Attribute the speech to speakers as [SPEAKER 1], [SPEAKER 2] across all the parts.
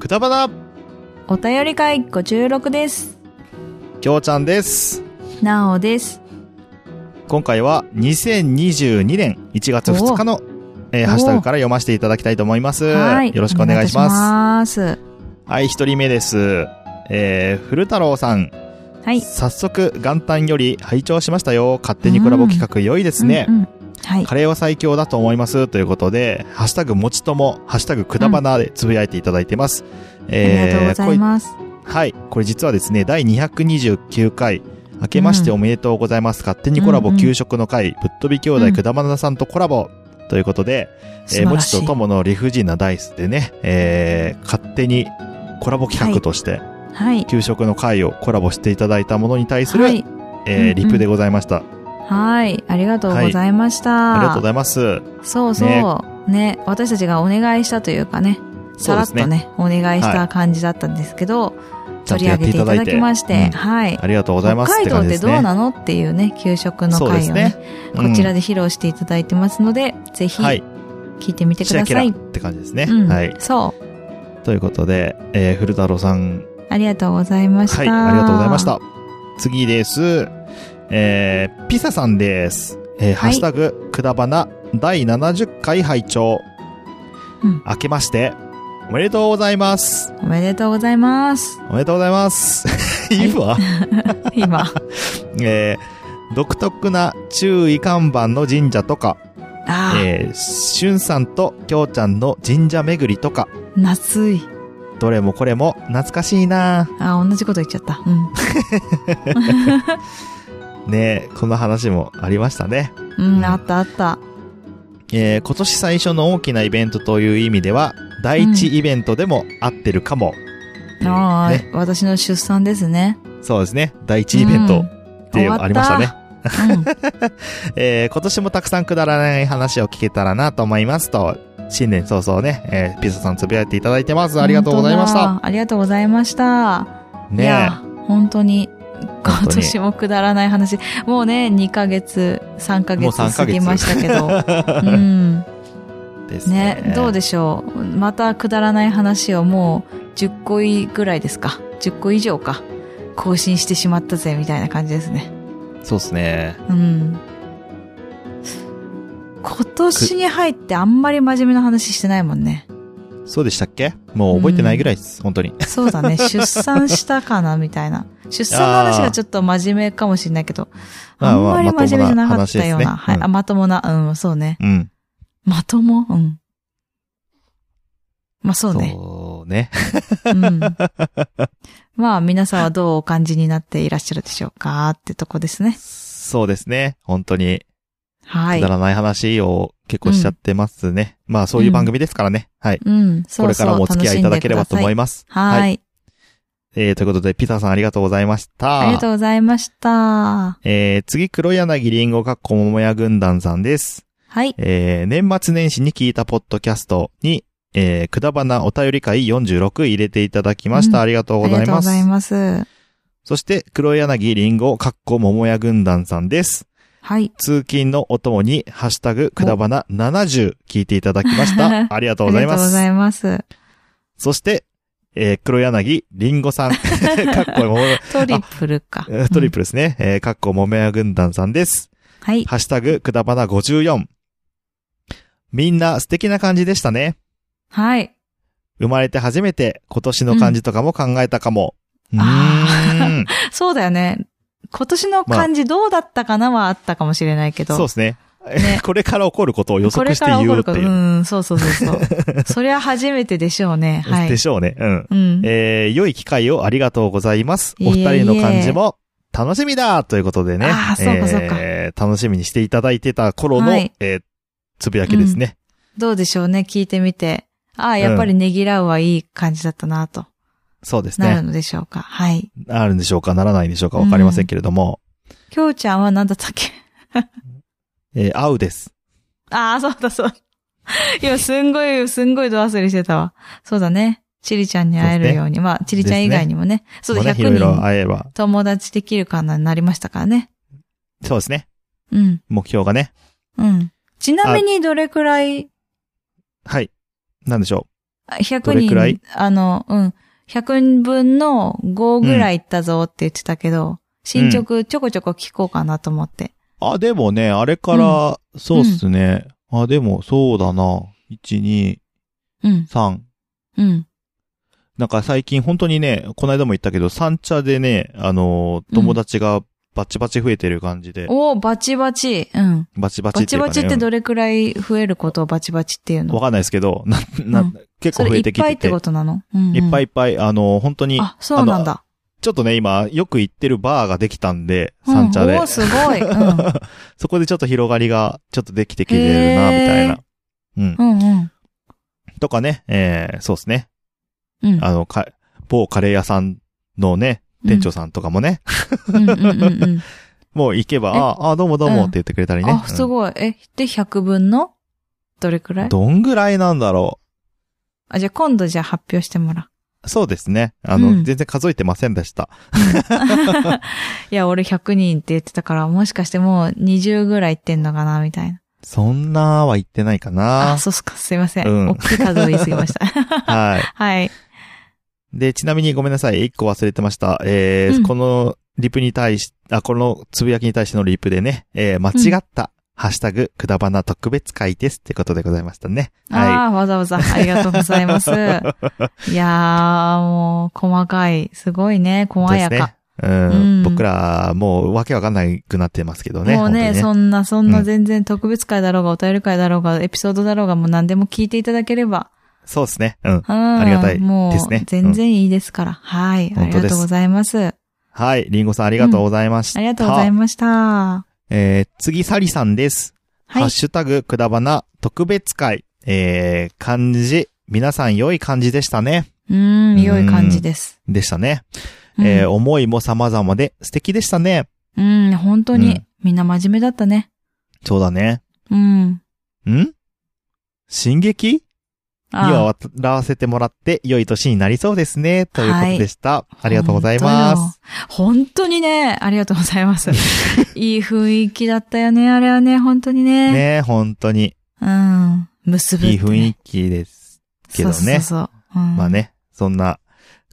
[SPEAKER 1] くたばた
[SPEAKER 2] お便り会56です。
[SPEAKER 1] きょうちゃんです
[SPEAKER 2] なおです。
[SPEAKER 1] 今回は2022年1月2日の、えー
[SPEAKER 2] おー
[SPEAKER 1] ハッシュタグから読ませていただきたいと思います。
[SPEAKER 2] はい。
[SPEAKER 1] よろしくお願いします。
[SPEAKER 2] ます。は
[SPEAKER 1] はい、一人目です。えー、古太郎さん。
[SPEAKER 2] い。
[SPEAKER 1] 早速、元旦より拝聴しましたよ。勝手にコラボ企画良いですね。
[SPEAKER 2] うんうんはい。
[SPEAKER 1] カレーは最強だと思います。ということで、ハッシュタグもちとも、ハッシュタグくだばなでつぶやいていただいてます。
[SPEAKER 2] あ
[SPEAKER 1] えー
[SPEAKER 2] りがとうございます。
[SPEAKER 1] はい。これ実はですね、第229回、明けましておめでとうございます。勝手にコラボ
[SPEAKER 2] うんうん
[SPEAKER 1] 給食の会、ぶっ飛び兄弟くだばなさんとコラボ、ということで、え
[SPEAKER 2] 素晴
[SPEAKER 1] ー、も
[SPEAKER 2] ら
[SPEAKER 1] ち
[SPEAKER 2] しい
[SPEAKER 1] とともの理不尽なダイスでね、えー、勝手にコラボ企画として、
[SPEAKER 2] はい。
[SPEAKER 1] 給食の会をコラボしていただいたものに対する、
[SPEAKER 2] はい。
[SPEAKER 1] えー
[SPEAKER 2] うんうん
[SPEAKER 1] リプでございました。
[SPEAKER 2] はい。ありがとうございました。
[SPEAKER 1] ありがとうございます。
[SPEAKER 2] そうそう。ね私たちがお願いしたというかね、さらっとね、
[SPEAKER 1] そう
[SPEAKER 2] お願いし
[SPEAKER 1] は
[SPEAKER 2] た感じだったんですけど、
[SPEAKER 1] ちゃんと
[SPEAKER 2] 取り
[SPEAKER 1] や
[SPEAKER 2] 上
[SPEAKER 1] って
[SPEAKER 2] げ
[SPEAKER 1] い
[SPEAKER 2] てい
[SPEAKER 1] た
[SPEAKER 2] た
[SPEAKER 1] だい
[SPEAKER 2] だ
[SPEAKER 1] て。
[SPEAKER 2] きまして、
[SPEAKER 1] うん
[SPEAKER 2] はい。
[SPEAKER 1] ありがとうござい
[SPEAKER 2] 北
[SPEAKER 1] ますっ
[SPEAKER 2] 海
[SPEAKER 1] て
[SPEAKER 2] 道
[SPEAKER 1] 感
[SPEAKER 2] っ
[SPEAKER 1] じで
[SPEAKER 2] て
[SPEAKER 1] す
[SPEAKER 2] どう
[SPEAKER 1] ね。
[SPEAKER 2] なのっていうね、給食の
[SPEAKER 1] そうで
[SPEAKER 2] 会
[SPEAKER 1] す
[SPEAKER 2] を
[SPEAKER 1] ね
[SPEAKER 2] ね、。
[SPEAKER 1] うん
[SPEAKER 2] こちらで披露していただいてますので、ぜひ
[SPEAKER 1] はい
[SPEAKER 2] 聞。いてみてく
[SPEAKER 1] キラ
[SPEAKER 2] だ
[SPEAKER 1] キ
[SPEAKER 2] さ
[SPEAKER 1] ラ
[SPEAKER 2] い。
[SPEAKER 1] って感じですね。
[SPEAKER 2] うん、
[SPEAKER 1] はい。
[SPEAKER 2] そう。
[SPEAKER 1] ということで、えー、古太郎さん
[SPEAKER 2] ありがとうございました。
[SPEAKER 1] はい、ありがとうございまし。た。次です。えー、ピサさんです。えーハッシュタグ、くだばな、第70回拝聴。
[SPEAKER 2] うん
[SPEAKER 1] 明けまして、おめでとうございます。
[SPEAKER 2] おめでとうござ います。
[SPEAKER 1] おめでとうございます。いいわ。
[SPEAKER 2] 今。
[SPEAKER 1] えー、独特な注意看板の神社とか、
[SPEAKER 2] あー、
[SPEAKER 1] えー、しゅんさんときょうちゃんの神社巡りとか、
[SPEAKER 2] 夏い。
[SPEAKER 1] どれもこれも懐かしいな
[SPEAKER 2] あー、同じこと言っちゃった。うん。
[SPEAKER 1] ねえこんな話もありましたね。
[SPEAKER 2] うん、あったあった。
[SPEAKER 1] えー今年最初の大きなイベントという意味では、第一イベントでも合ってるかも。
[SPEAKER 2] あー、
[SPEAKER 1] ね、
[SPEAKER 2] 私の出産ですね。
[SPEAKER 1] そうですね。第一イベントっていう
[SPEAKER 2] うん
[SPEAKER 1] のありましたね。
[SPEAKER 2] うん、
[SPEAKER 1] えー今年もたくさんくだらない話を聞けたらなと思いますと、新年早々ね、えーピザさんつぶやいていただいてます。ありがとうございまし
[SPEAKER 2] 本
[SPEAKER 1] た。
[SPEAKER 2] 当だ。ありがとうございました。い
[SPEAKER 1] ね
[SPEAKER 2] や、本当に、
[SPEAKER 1] 本
[SPEAKER 2] 今
[SPEAKER 1] 当に
[SPEAKER 2] 年もくだらない話。もうね、2ヶ月、3ヶ
[SPEAKER 1] もう3ヶ
[SPEAKER 2] 月過
[SPEAKER 1] 月
[SPEAKER 2] ぎましたけど。 うん。
[SPEAKER 1] え。ですね。
[SPEAKER 2] ね、どうでしょう。またくだらない話をもう10個ぐらいですか。10個以上か。更新してしまったぜ、みたいな感じですね。
[SPEAKER 1] そうですね。
[SPEAKER 2] うん。今年に入ってあんまり真面目な話してないもんね。
[SPEAKER 1] そうでしたっけもう覚えてないぐらいです。本当に。
[SPEAKER 2] そう だね。出産したかなみたいな。出産の話がちょっと真面目かもしれないけど、
[SPEAKER 1] ま
[SPEAKER 2] あ
[SPEAKER 1] あ
[SPEAKER 2] ん
[SPEAKER 1] まあ
[SPEAKER 2] まり真面目じゃなかったような。
[SPEAKER 1] まともな話ですね
[SPEAKER 2] は
[SPEAKER 1] うん
[SPEAKER 2] い、あまともな、うん、そうね。
[SPEAKER 1] うん。
[SPEAKER 2] まともうん。まあそうね。
[SPEAKER 1] そうね。
[SPEAKER 2] うん。まあ皆さんはどうお感じになっていらっしゃるでしょうかってとこですね。
[SPEAKER 1] そうですね。本当に。
[SPEAKER 2] は
[SPEAKER 1] く
[SPEAKER 2] い
[SPEAKER 1] だ。らない話を結構しちゃってますね。まあそういう番組ですからね。はい。
[SPEAKER 2] うん、そ
[SPEAKER 1] こ
[SPEAKER 2] う
[SPEAKER 1] れ
[SPEAKER 2] そ
[SPEAKER 1] か
[SPEAKER 2] う。
[SPEAKER 1] らもお付き合いいただければと思い
[SPEAKER 2] ま
[SPEAKER 1] ます。
[SPEAKER 2] す。はい,、
[SPEAKER 1] えー、ということで、ピタさんありがとうございました。
[SPEAKER 2] ありがとうございました。
[SPEAKER 1] えー、次、黒柳りんごかっこももや軍団さんです。
[SPEAKER 2] はい。
[SPEAKER 1] えー、年末年始に聞いたポッドキャストに、えー、くだばなお便り会46入れていただきました。
[SPEAKER 2] うん
[SPEAKER 1] ありがとうご
[SPEAKER 2] あり
[SPEAKER 1] ざ
[SPEAKER 2] が
[SPEAKER 1] い
[SPEAKER 2] とう
[SPEAKER 1] ま
[SPEAKER 2] ご
[SPEAKER 1] す。
[SPEAKER 2] ざいます。
[SPEAKER 1] そして、黒柳りんごかっこももや軍団さんです。
[SPEAKER 2] はい。
[SPEAKER 1] 通勤のお供に、ハッシュタグ、くだばな70聞いていただきま した。ありがとうござい
[SPEAKER 2] あり
[SPEAKER 1] ま
[SPEAKER 2] がとうご
[SPEAKER 1] す。
[SPEAKER 2] ざいます。
[SPEAKER 1] そして、えー、黒柳、りんごさん。 かっこもめ、
[SPEAKER 2] トリプルか。
[SPEAKER 1] えートリ
[SPEAKER 2] プ
[SPEAKER 1] プルですね。えー、かっこもめや軍団さんです。
[SPEAKER 2] ル。はい。
[SPEAKER 1] ハッシュタグ、くだばな54。みんな素敵な感じでしたね。
[SPEAKER 2] はい。
[SPEAKER 1] 生まれて初めて今年の漢字とかも考えたかも。うーん。
[SPEAKER 2] そうだよね。今年の漢字どうだったかなはあったかもしれないけど。
[SPEAKER 1] そうですね。
[SPEAKER 2] ね
[SPEAKER 1] これから起こることを予
[SPEAKER 2] こ
[SPEAKER 1] 測
[SPEAKER 2] れ
[SPEAKER 1] して
[SPEAKER 2] から起
[SPEAKER 1] 言
[SPEAKER 2] こ
[SPEAKER 1] うって
[SPEAKER 2] ること。
[SPEAKER 1] いうう。
[SPEAKER 2] ん、そうそうそうそう。 そりゃ初めてでしょうね。はい。
[SPEAKER 1] でしょうね。うん。
[SPEAKER 2] うん。
[SPEAKER 1] えー良い機会をありがとうございます。お二人の漢字も楽しみだということでね。
[SPEAKER 2] あーそうかそうか
[SPEAKER 1] えー楽しみにしていただいてた頃の、
[SPEAKER 2] はい
[SPEAKER 1] えーつぶやきですね。
[SPEAKER 2] どうでしょうね、聞いてみて。ああ、やっぱりねぎらうはいい感じだったなと、
[SPEAKER 1] そうです
[SPEAKER 2] なる
[SPEAKER 1] ね。
[SPEAKER 2] のでしょうか。はい。
[SPEAKER 1] あるんでしょうかならないんでしょうかわかりませんけれども。
[SPEAKER 2] きょうちゃんは何だったっけ
[SPEAKER 1] えー、合うです。
[SPEAKER 2] ああ、そうだ そうだ。今すんごい、すんごいド忘れしてたわ。そうだね。ちりちゃんに会えるように。まあ、ちりちゃん以外にもね。そうだ、
[SPEAKER 1] もうね、いろい
[SPEAKER 2] 100
[SPEAKER 1] ろ
[SPEAKER 2] 人
[SPEAKER 1] 会えば。
[SPEAKER 2] 友達できるかなになりましたからね。
[SPEAKER 1] そうですね。
[SPEAKER 2] うん、
[SPEAKER 1] 目標がね。
[SPEAKER 2] うん。ちなみにどれくらい、
[SPEAKER 1] はい。なんでしょど
[SPEAKER 2] 100
[SPEAKER 1] れくらい
[SPEAKER 2] 人、あの、うん。100分の5ぐらい行ったぞって言ってたけど、進捗ちょこちょこ聞こうかなと思って。
[SPEAKER 1] あ、でもね、あれから、そうっすね。あ、でも、そうだな。1、2、
[SPEAKER 2] うん、
[SPEAKER 1] 3。
[SPEAKER 2] うん、
[SPEAKER 1] なんか最近本当にね、この間も言ったけど、三茶でね、あのー友達がバチバチ増えてる感じで、
[SPEAKER 2] おーバチバチ。うん。
[SPEAKER 1] バチバチ
[SPEAKER 2] バ
[SPEAKER 1] って
[SPEAKER 2] チ
[SPEAKER 1] いうか、ね。
[SPEAKER 2] バチってどれくらい増えることをバチバチっていう
[SPEAKER 1] わ
[SPEAKER 2] の
[SPEAKER 1] かんないですけど、な、な、
[SPEAKER 2] うん
[SPEAKER 1] 結
[SPEAKER 2] そ
[SPEAKER 1] 構増
[SPEAKER 2] れ
[SPEAKER 1] え
[SPEAKER 2] いって
[SPEAKER 1] き
[SPEAKER 2] ぱい
[SPEAKER 1] て。
[SPEAKER 2] っててことなのうんうん
[SPEAKER 1] いっぱいいっぱい、あのー本当に、
[SPEAKER 2] あ、そうなんだ。
[SPEAKER 1] ちょっとね、今、よく行ってるバーができたんで、
[SPEAKER 2] う
[SPEAKER 1] 三
[SPEAKER 2] ん
[SPEAKER 1] 茶で
[SPEAKER 2] おー。すごい。うん。
[SPEAKER 1] そこでちょっと広がりが、ちょっとできてきてるな、みたい
[SPEAKER 2] へ
[SPEAKER 1] な
[SPEAKER 2] ー。
[SPEAKER 1] うん。
[SPEAKER 2] うんうん。
[SPEAKER 1] とかね、えー、そうですね。
[SPEAKER 2] うん。
[SPEAKER 1] あの、か、某カレー屋さんのね、店長さんとかもね、
[SPEAKER 2] うんうんうん うん
[SPEAKER 1] もう行けば、
[SPEAKER 2] え
[SPEAKER 1] ああ、どうもどう
[SPEAKER 2] うん
[SPEAKER 1] もって言ってくれたりね。
[SPEAKER 2] あ、すごい。え、で、100分のどれく
[SPEAKER 1] う
[SPEAKER 2] ら
[SPEAKER 1] ん
[SPEAKER 2] い
[SPEAKER 1] どんぐらいなんだろ
[SPEAKER 2] あ、じゃあ今度じゃあ発表してもらう。
[SPEAKER 1] う。そうですね。あの、
[SPEAKER 2] うん
[SPEAKER 1] 全然数えてませんでした。
[SPEAKER 2] いや、俺100人って言ってたから、もしかしてもう20ぐらい行ってんのかな、みたいな。
[SPEAKER 1] そんなは言ってないか
[SPEAKER 2] あ
[SPEAKER 1] な。
[SPEAKER 2] そうっすか。すいません。
[SPEAKER 1] うん
[SPEAKER 2] 大きい数を言いすぎました。
[SPEAKER 1] はい。
[SPEAKER 2] はい。
[SPEAKER 1] で、ちなみにごめんなさい。一個忘れてました。えー
[SPEAKER 2] うん
[SPEAKER 1] このリプに対し、あ、このつぶやきに対してのリプでね、えー間違った、ハッシュタグ、くだばな特別会ですってことでございましたね。は
[SPEAKER 2] ああ、わざわざありがとうござ います。いやー、もう、細かい。すごいね。
[SPEAKER 1] い。
[SPEAKER 2] 細や
[SPEAKER 1] そうです
[SPEAKER 2] か
[SPEAKER 1] ね。。うん。
[SPEAKER 2] うん
[SPEAKER 1] 僕ら、もう、わけわかんないくなってますけどね。
[SPEAKER 2] もうね
[SPEAKER 1] 本当に
[SPEAKER 2] そんな、そん
[SPEAKER 1] う
[SPEAKER 2] なん全然特別会だろうが、お便り会だろうが、エピソードだろうが、もう何でも聞いていただければ。
[SPEAKER 1] そうですね。うん。
[SPEAKER 2] うん。
[SPEAKER 1] ありがたい
[SPEAKER 2] も
[SPEAKER 1] ですね
[SPEAKER 2] う、全然いいですから。はい。あ
[SPEAKER 1] 本
[SPEAKER 2] り
[SPEAKER 1] 当
[SPEAKER 2] が
[SPEAKER 1] です
[SPEAKER 2] とうございます。
[SPEAKER 1] はい。りんごさんありがとうございました。
[SPEAKER 2] ありがとうございました。は
[SPEAKER 1] えー、次、サリさんです。ハッ
[SPEAKER 2] い。
[SPEAKER 1] シュタグ、くだばな特別会。えー、漢字。皆さん良い感じでしたね。
[SPEAKER 2] うん、良い感じです。
[SPEAKER 1] でしたね。
[SPEAKER 2] うん
[SPEAKER 1] えー思いも様々で素敵でしたね。
[SPEAKER 2] うん、本当に、
[SPEAKER 1] うん
[SPEAKER 2] みんな真面目だったね。
[SPEAKER 1] そうだね。
[SPEAKER 2] うん。
[SPEAKER 1] ん進撃には
[SPEAKER 2] あ
[SPEAKER 1] 渡らせてもらって良い年になりそうですね。ということでした。
[SPEAKER 2] あ
[SPEAKER 1] ありがとうございます。。
[SPEAKER 2] 本当よ本当にね、ありがとうござ います。いい雰囲気だったよね、あれはね、本当にね。
[SPEAKER 1] ねえ本当に
[SPEAKER 2] うん。結ぶっ
[SPEAKER 1] い
[SPEAKER 2] てね、
[SPEAKER 1] い雰囲気です。けどね
[SPEAKER 2] そうそうそう。うん、
[SPEAKER 1] まあ。ね、そんな、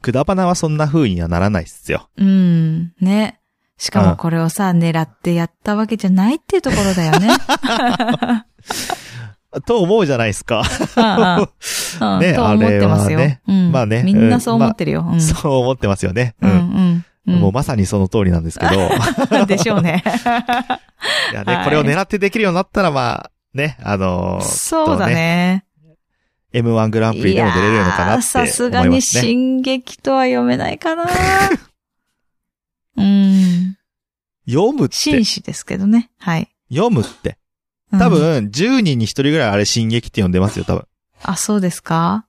[SPEAKER 1] くだばなはそんな風にはならないっすよ。
[SPEAKER 2] うん。ね。しか
[SPEAKER 1] うん
[SPEAKER 2] もこれをさ、狙ってやったわけじゃないっていうところだ よね。
[SPEAKER 1] と思うじゃないですか。
[SPEAKER 2] うんうん
[SPEAKER 1] ね
[SPEAKER 2] うんと思ってますよ。
[SPEAKER 1] あれはね
[SPEAKER 2] うん、
[SPEAKER 1] まあね
[SPEAKER 2] みんなそう思ってるよ。うん。
[SPEAKER 1] そう思ってますよね。
[SPEAKER 2] う、
[SPEAKER 1] うん。
[SPEAKER 2] うんん、うん。
[SPEAKER 1] もうまさにその通りなんです けど。い
[SPEAKER 2] でしょうね。
[SPEAKER 1] やね、
[SPEAKER 2] はい
[SPEAKER 1] これを狙ってできるようになったら、まあ、ね、あのー
[SPEAKER 2] そうだね。
[SPEAKER 1] M1 グランプリでも出れるのかなって思い
[SPEAKER 2] いやー
[SPEAKER 1] ますね。
[SPEAKER 2] さすがに進撃とは読めない かな。うん。
[SPEAKER 1] 読むって
[SPEAKER 2] 紳。士ですけどね。はい。
[SPEAKER 1] 読むって。
[SPEAKER 2] うん
[SPEAKER 1] 多。分、10人に1人ぐらいあれ進撃って呼んでますよ、多 分。
[SPEAKER 2] あ、そうですか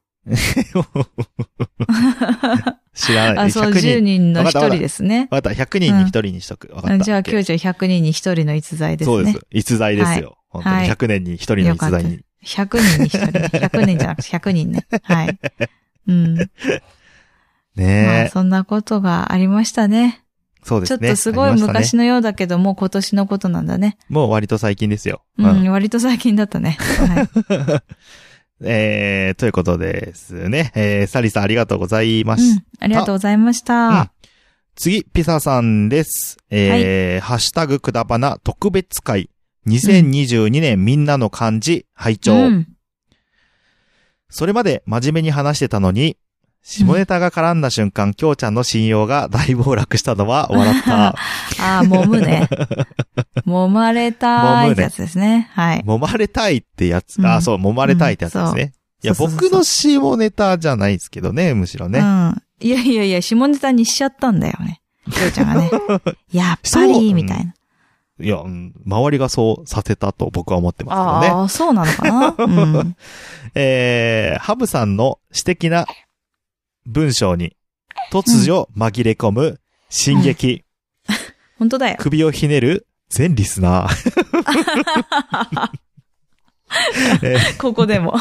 [SPEAKER 1] 知らない。
[SPEAKER 2] あ、そう、
[SPEAKER 1] 100
[SPEAKER 2] 10
[SPEAKER 1] 人。
[SPEAKER 2] 人の
[SPEAKER 1] わ
[SPEAKER 2] 一
[SPEAKER 1] かったわかった
[SPEAKER 2] 人ですね。
[SPEAKER 1] わかった、100人に1人にしとく。わか
[SPEAKER 2] う
[SPEAKER 1] っ
[SPEAKER 2] ん
[SPEAKER 1] た。
[SPEAKER 2] じゃあ、
[SPEAKER 1] OK
[SPEAKER 2] 90、100人に一人の逸材です
[SPEAKER 1] そう
[SPEAKER 2] ね。
[SPEAKER 1] です。逸材ですよ。本当に
[SPEAKER 2] はい
[SPEAKER 1] 100年に1人の逸材に。
[SPEAKER 2] 100人に一人。100人じゃなくて100 人ね。はい。うん。まあ、
[SPEAKER 1] ねえ。
[SPEAKER 2] そんなことがありましたね。
[SPEAKER 1] そうで
[SPEAKER 2] ちょ
[SPEAKER 1] す
[SPEAKER 2] っ
[SPEAKER 1] ね。
[SPEAKER 2] とすご
[SPEAKER 1] あ
[SPEAKER 2] い
[SPEAKER 1] りましたね
[SPEAKER 2] 昔のようだけど、もう今年のことなんだね。
[SPEAKER 1] もう割と最近ですよ。
[SPEAKER 2] う
[SPEAKER 1] うん
[SPEAKER 2] ん、割と最近だったね。はい。
[SPEAKER 1] えー、ということですね。えー、サリさんありがとうございま
[SPEAKER 2] う
[SPEAKER 1] し
[SPEAKER 2] ん、ありがとうございました。
[SPEAKER 1] 次、ピサさんです。えーハッシュタグくだばな特別会。2022年みんなの漢字、拝聴、
[SPEAKER 2] うん
[SPEAKER 1] それまで真面目に話してたのに、下ネタが絡んだ瞬間、きょうちゃんの信用が大暴落したの は笑った。
[SPEAKER 2] ああ、揉む ね。揉まれた
[SPEAKER 1] 揉むね
[SPEAKER 2] いってやつですね。はい。
[SPEAKER 1] 揉まれたいってやつ、
[SPEAKER 2] うん
[SPEAKER 1] あ、そう、揉まれたいってやつですね。いや、
[SPEAKER 2] そうそうそう
[SPEAKER 1] 僕の下ネタじゃないですけどね、むしろ
[SPEAKER 2] う
[SPEAKER 1] ね。
[SPEAKER 2] ん。いやいやいや、下ネタにしちゃったんだよね。きょうちゃんが ね。やっぱ
[SPEAKER 1] そう
[SPEAKER 2] り、みたいな。
[SPEAKER 1] いや、うん周りがそうさせたと僕は思ってますけどね。
[SPEAKER 2] ああ、そうなのかな。うん。
[SPEAKER 1] えー、ハブさんの私的な文章に、突如紛れ込む、進撃、
[SPEAKER 2] 本当だよ。
[SPEAKER 1] 首をひねる、全リスナ ー。えー
[SPEAKER 2] ここでも。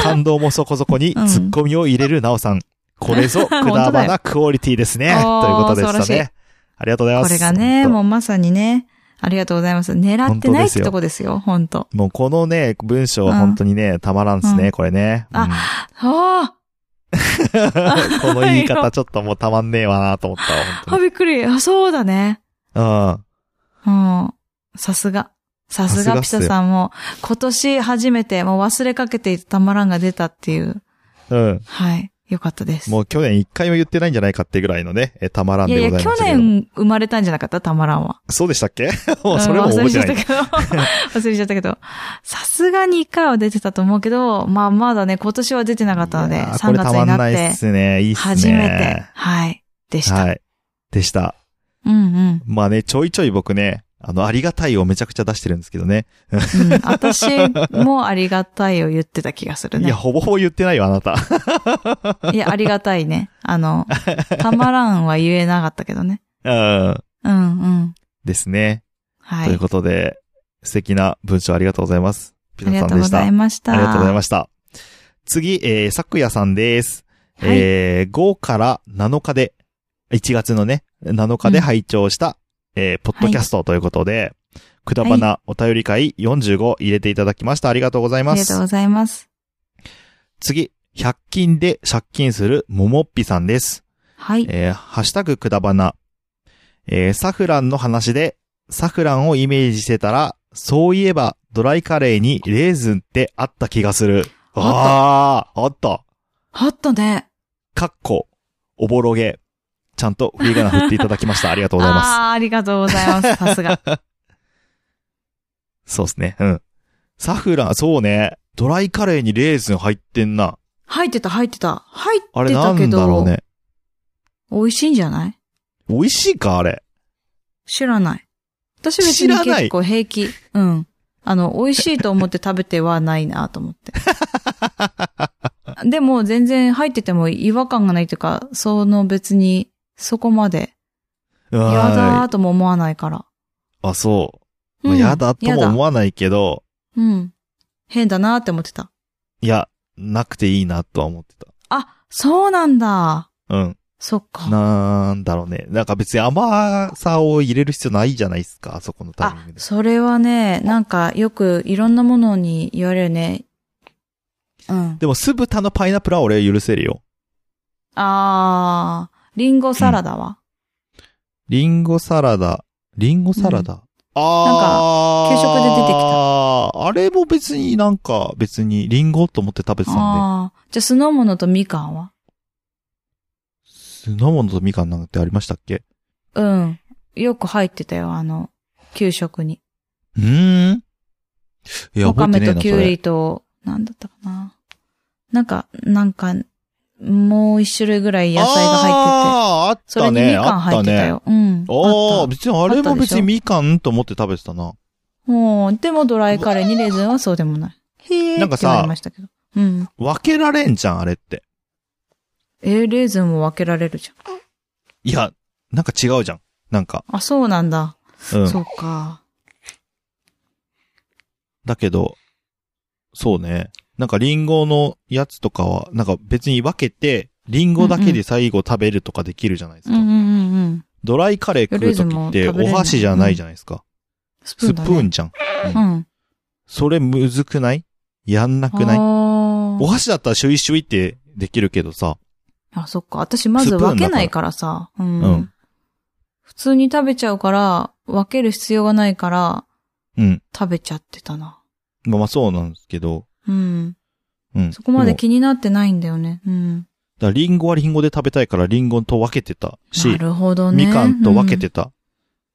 [SPEAKER 1] 感動もそこそこに、
[SPEAKER 2] うん
[SPEAKER 1] ツッコミを入れるなおさん。これぞ、くだ
[SPEAKER 2] 本当
[SPEAKER 1] ば
[SPEAKER 2] だ
[SPEAKER 1] な
[SPEAKER 2] よ
[SPEAKER 1] クオリティですね。
[SPEAKER 2] おー
[SPEAKER 1] ということでし
[SPEAKER 2] 素
[SPEAKER 1] た
[SPEAKER 2] 晴らし
[SPEAKER 1] ね。ありがとうございま
[SPEAKER 2] こ
[SPEAKER 1] す。
[SPEAKER 2] れが
[SPEAKER 1] 本
[SPEAKER 2] ね、
[SPEAKER 1] 当
[SPEAKER 2] もうまさにね、ありがとうございます。狙ってないってとこですよ、本当
[SPEAKER 1] もうこのね、文章は本当にね、たまらんっすね、
[SPEAKER 2] うん
[SPEAKER 1] これね。
[SPEAKER 2] あ
[SPEAKER 1] うん
[SPEAKER 2] あ
[SPEAKER 1] この言い方ちょっともうたまんねえわなと思ったわ、
[SPEAKER 2] あ、あ、
[SPEAKER 1] 本
[SPEAKER 2] びっくり。あ、そうだね。
[SPEAKER 1] 当に。うん。
[SPEAKER 2] うん。さすが。さすが
[SPEAKER 1] さ
[SPEAKER 2] ピ
[SPEAKER 1] すがっすよ
[SPEAKER 2] サさんも、今年初めて、もう忘れかけていたたまらんが出たっていう。
[SPEAKER 1] うん。
[SPEAKER 2] はい。よかったです。
[SPEAKER 1] もう去年一回も言ってないんじゃないかってぐらいのね、えたまらん
[SPEAKER 2] い
[SPEAKER 1] で
[SPEAKER 2] や
[SPEAKER 1] ござ
[SPEAKER 2] い
[SPEAKER 1] いま
[SPEAKER 2] や、
[SPEAKER 1] した
[SPEAKER 2] 去
[SPEAKER 1] けど。
[SPEAKER 2] 年生まれたんじゃなかったたまらんは。
[SPEAKER 1] そうでしたっけも うそれも覚えてない。
[SPEAKER 2] うん忘れちゃったけど。 忘れちゃったけど。さすがに1回は出てたと思うけど、まあまだね、今年は出てなかったの
[SPEAKER 1] い
[SPEAKER 2] で、
[SPEAKER 1] やー
[SPEAKER 2] 3月
[SPEAKER 1] これ
[SPEAKER 2] に
[SPEAKER 1] たま
[SPEAKER 2] なんっ
[SPEAKER 1] ない
[SPEAKER 2] て
[SPEAKER 1] っ、すね。いいっすね。
[SPEAKER 2] 初めて、はい。でした。
[SPEAKER 1] はい。でした。
[SPEAKER 2] うんうん。
[SPEAKER 1] まあね、ちょいちょい僕ね、あの、ありがたいをめちゃくちゃ出してるんですけどね。
[SPEAKER 2] うん、私もありがたいを言ってた気がするね。
[SPEAKER 1] いや、ほぼほぼ言ってないよ、あなた。
[SPEAKER 2] いや、ありがたいね。あの、たまらんは言えなかったけどね。
[SPEAKER 1] うん。
[SPEAKER 2] うんうん。
[SPEAKER 1] ですね。
[SPEAKER 2] は
[SPEAKER 1] という
[SPEAKER 2] い。
[SPEAKER 1] ことで、素敵な文章ありがとうございます。ピ
[SPEAKER 2] あり
[SPEAKER 1] ザさ
[SPEAKER 2] がと
[SPEAKER 1] んで
[SPEAKER 2] うご
[SPEAKER 1] した。
[SPEAKER 2] ざいました。
[SPEAKER 1] ありがとうございま
[SPEAKER 2] し
[SPEAKER 1] した。次、えー、さくやさんです。
[SPEAKER 2] はい
[SPEAKER 1] えー、5から7日で、1月のね、7日で
[SPEAKER 2] うん
[SPEAKER 1] 拝聴した、えー、ポッドキャストということで、くだばなお便り会45入れていただきました。ありがとうござい
[SPEAKER 2] あ
[SPEAKER 1] ま
[SPEAKER 2] りがとう
[SPEAKER 1] す。
[SPEAKER 2] ございます。
[SPEAKER 1] 次、100均で借金するももっぴさんです。
[SPEAKER 2] はい。
[SPEAKER 1] えー、ハッシュタグくだばな。えー、サフランの話で、サフランをイメージしてたら、そういえばドライカレーにレーズンってあった気がする。
[SPEAKER 2] あった
[SPEAKER 1] ああー、あった。
[SPEAKER 2] あったね。
[SPEAKER 1] かっこ、おぼろげ。ちゃんと振り仮名振っていただきま した。ありがとうございま
[SPEAKER 2] ああー、ありがとうござ います。さすが。
[SPEAKER 1] す。そうですね。うん。サフラン、そうね。ドライカレーにレーズン入ってんな。
[SPEAKER 2] 入ってた、入ってた。入って
[SPEAKER 1] あれな
[SPEAKER 2] たけ
[SPEAKER 1] んだろ
[SPEAKER 2] ど、
[SPEAKER 1] うね。
[SPEAKER 2] 美味しいんじゃない
[SPEAKER 1] 美味しいかあれ。
[SPEAKER 2] 知らない。私別
[SPEAKER 1] 知
[SPEAKER 2] に
[SPEAKER 1] らない
[SPEAKER 2] 結構平気。うん。あの、美味しいと思って食べてはないなと 思って。でも全然入ってても違和感がないというか、その別にそこまで
[SPEAKER 1] う
[SPEAKER 2] 嫌だ
[SPEAKER 1] ー
[SPEAKER 2] ーとも思わないから。
[SPEAKER 1] あ、そう。
[SPEAKER 2] う
[SPEAKER 1] まあ
[SPEAKER 2] ん
[SPEAKER 1] やだとも思わないけど、
[SPEAKER 2] 嫌だうん。変だなーって思ってた。
[SPEAKER 1] いや、なくていいなとは思って
[SPEAKER 2] あ、そうなんだ。
[SPEAKER 1] た。うん。
[SPEAKER 2] そっか。
[SPEAKER 1] なんだろうね。なんか別に甘さを入れる必要ないじゃないですか、あそこのタイミ
[SPEAKER 2] あ
[SPEAKER 1] ング、で。
[SPEAKER 2] それはね、なんかよくいろんなものに言われるね。うん。
[SPEAKER 1] でも酢豚のパイナップルは俺許せるよ。
[SPEAKER 2] あー、リンゴサラダは、
[SPEAKER 1] リンゴサラダ。リンゴサラダ。
[SPEAKER 2] な
[SPEAKER 1] あ
[SPEAKER 2] んか給食で出てき
[SPEAKER 1] た。あれも別になんか別にリンゴと思って食べてたんで。
[SPEAKER 2] ああ、じゃあ酢の物とみかんは
[SPEAKER 1] 酢の物とみかんなんてありましたっけ
[SPEAKER 2] うん。よく入ってたよ、あの、給食に。
[SPEAKER 1] うーん。いや、
[SPEAKER 2] わ
[SPEAKER 1] 覚
[SPEAKER 2] か
[SPEAKER 1] えてねえな、
[SPEAKER 2] めと
[SPEAKER 1] そ
[SPEAKER 2] きゅう
[SPEAKER 1] れ。
[SPEAKER 2] りと、なんだったかな。なんか、なんか、もう一種類ぐらい野菜が入ってて。
[SPEAKER 1] ああ、あっ
[SPEAKER 2] それ
[SPEAKER 1] た
[SPEAKER 2] にみ
[SPEAKER 1] ね。
[SPEAKER 2] か
[SPEAKER 1] あ
[SPEAKER 2] ん
[SPEAKER 1] っ
[SPEAKER 2] 入
[SPEAKER 1] た
[SPEAKER 2] ってた
[SPEAKER 1] ね。
[SPEAKER 2] よ。うん。
[SPEAKER 1] あ
[SPEAKER 2] あ
[SPEAKER 1] あ、
[SPEAKER 2] った
[SPEAKER 1] 別にあれも別にみかんと思って食べてたな。
[SPEAKER 2] うん。でもドライカレーにレーズンはそうでもない。へえ。
[SPEAKER 1] なんかさ
[SPEAKER 2] って言われましたけど。うん。
[SPEAKER 1] 分けられんじゃん、あれって。
[SPEAKER 2] えーレーズンも分けられるじゃ
[SPEAKER 1] いや、なんか違うじゃん。なんか。
[SPEAKER 2] ん。あ、そうなんだ。
[SPEAKER 1] うん
[SPEAKER 2] そうか。
[SPEAKER 1] だけど、そうね。なんかリンゴのやつとかは、なんか別に分けて、リンゴだけで最後食べるとかできるじゃないです
[SPEAKER 2] うん
[SPEAKER 1] か。
[SPEAKER 2] うんうんうん。
[SPEAKER 1] ドライカレー食うと
[SPEAKER 2] ルーズも
[SPEAKER 1] きっ
[SPEAKER 2] 食べ
[SPEAKER 1] て
[SPEAKER 2] れない
[SPEAKER 1] お箸じゃないじゃないですか。
[SPEAKER 2] スプー
[SPEAKER 1] ス
[SPEAKER 2] ン
[SPEAKER 1] プ
[SPEAKER 2] だね。
[SPEAKER 1] ーンじゃん。
[SPEAKER 2] うん。
[SPEAKER 1] それむずくないやんなく
[SPEAKER 2] あ
[SPEAKER 1] ない
[SPEAKER 2] ー
[SPEAKER 1] お箸だったらシュイシュイってできるけどさ。
[SPEAKER 2] あ、そっか。私まず分けないからさ。うん。
[SPEAKER 1] うん
[SPEAKER 2] 普通に食べちゃうから、分ける必要がないから、
[SPEAKER 1] うん。
[SPEAKER 2] 食べちゃってたな。
[SPEAKER 1] まあまあそうなんですけど。
[SPEAKER 2] うん。
[SPEAKER 1] うん。
[SPEAKER 2] そこま
[SPEAKER 1] も
[SPEAKER 2] で
[SPEAKER 1] だか
[SPEAKER 2] 気になってないんだよね。うん。
[SPEAKER 1] らリンゴはリンゴで食べたいからリンゴと分けてた
[SPEAKER 2] な
[SPEAKER 1] し、
[SPEAKER 2] るほどね。
[SPEAKER 1] みかんと分けてた。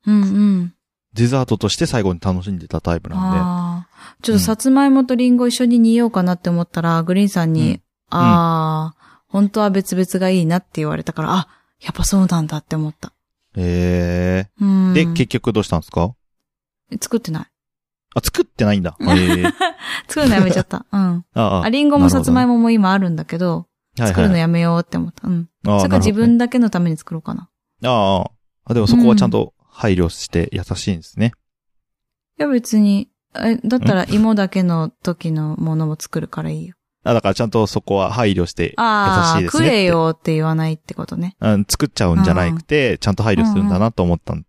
[SPEAKER 2] うん。うんうん。
[SPEAKER 1] デザートとして最後に楽しんでたタイプなんで。
[SPEAKER 2] ああ。ちょっとさつまいもとりんご一緒に煮ようかなって思ったら、グリーンさんに、
[SPEAKER 1] うん
[SPEAKER 2] ああ、本当は別々がいいなって言われたから、あ、やっぱそうなんだって思った。
[SPEAKER 1] え
[SPEAKER 2] う
[SPEAKER 1] え
[SPEAKER 2] ん。
[SPEAKER 1] で、結局どうしたんですか
[SPEAKER 2] 作ってない。
[SPEAKER 1] あ、作ってないん だ。ええ
[SPEAKER 2] 作るのやめちゃった。うん。
[SPEAKER 1] ああ
[SPEAKER 2] あ、りんごもさつまいもも今あるんだけど、
[SPEAKER 1] も
[SPEAKER 2] 作るのやめようって思った。うん。
[SPEAKER 1] ああ
[SPEAKER 2] それか自。
[SPEAKER 1] なる
[SPEAKER 2] 分だけのために作ろうかな。
[SPEAKER 1] ほどねああああ。でもそこはちゃんと配慮して優しいんですね。
[SPEAKER 2] いや別に、え、だったら芋だけの時のものも作るからいいよ。
[SPEAKER 1] あ、だからちゃんとそこは配慮して
[SPEAKER 2] あ
[SPEAKER 1] 優し
[SPEAKER 2] あ、
[SPEAKER 1] いです
[SPEAKER 2] 食
[SPEAKER 1] ねって。
[SPEAKER 2] えよって言わないってことね。
[SPEAKER 1] うん。作っちゃうんじゃなくて、ちゃんと配慮するんだなと思ったん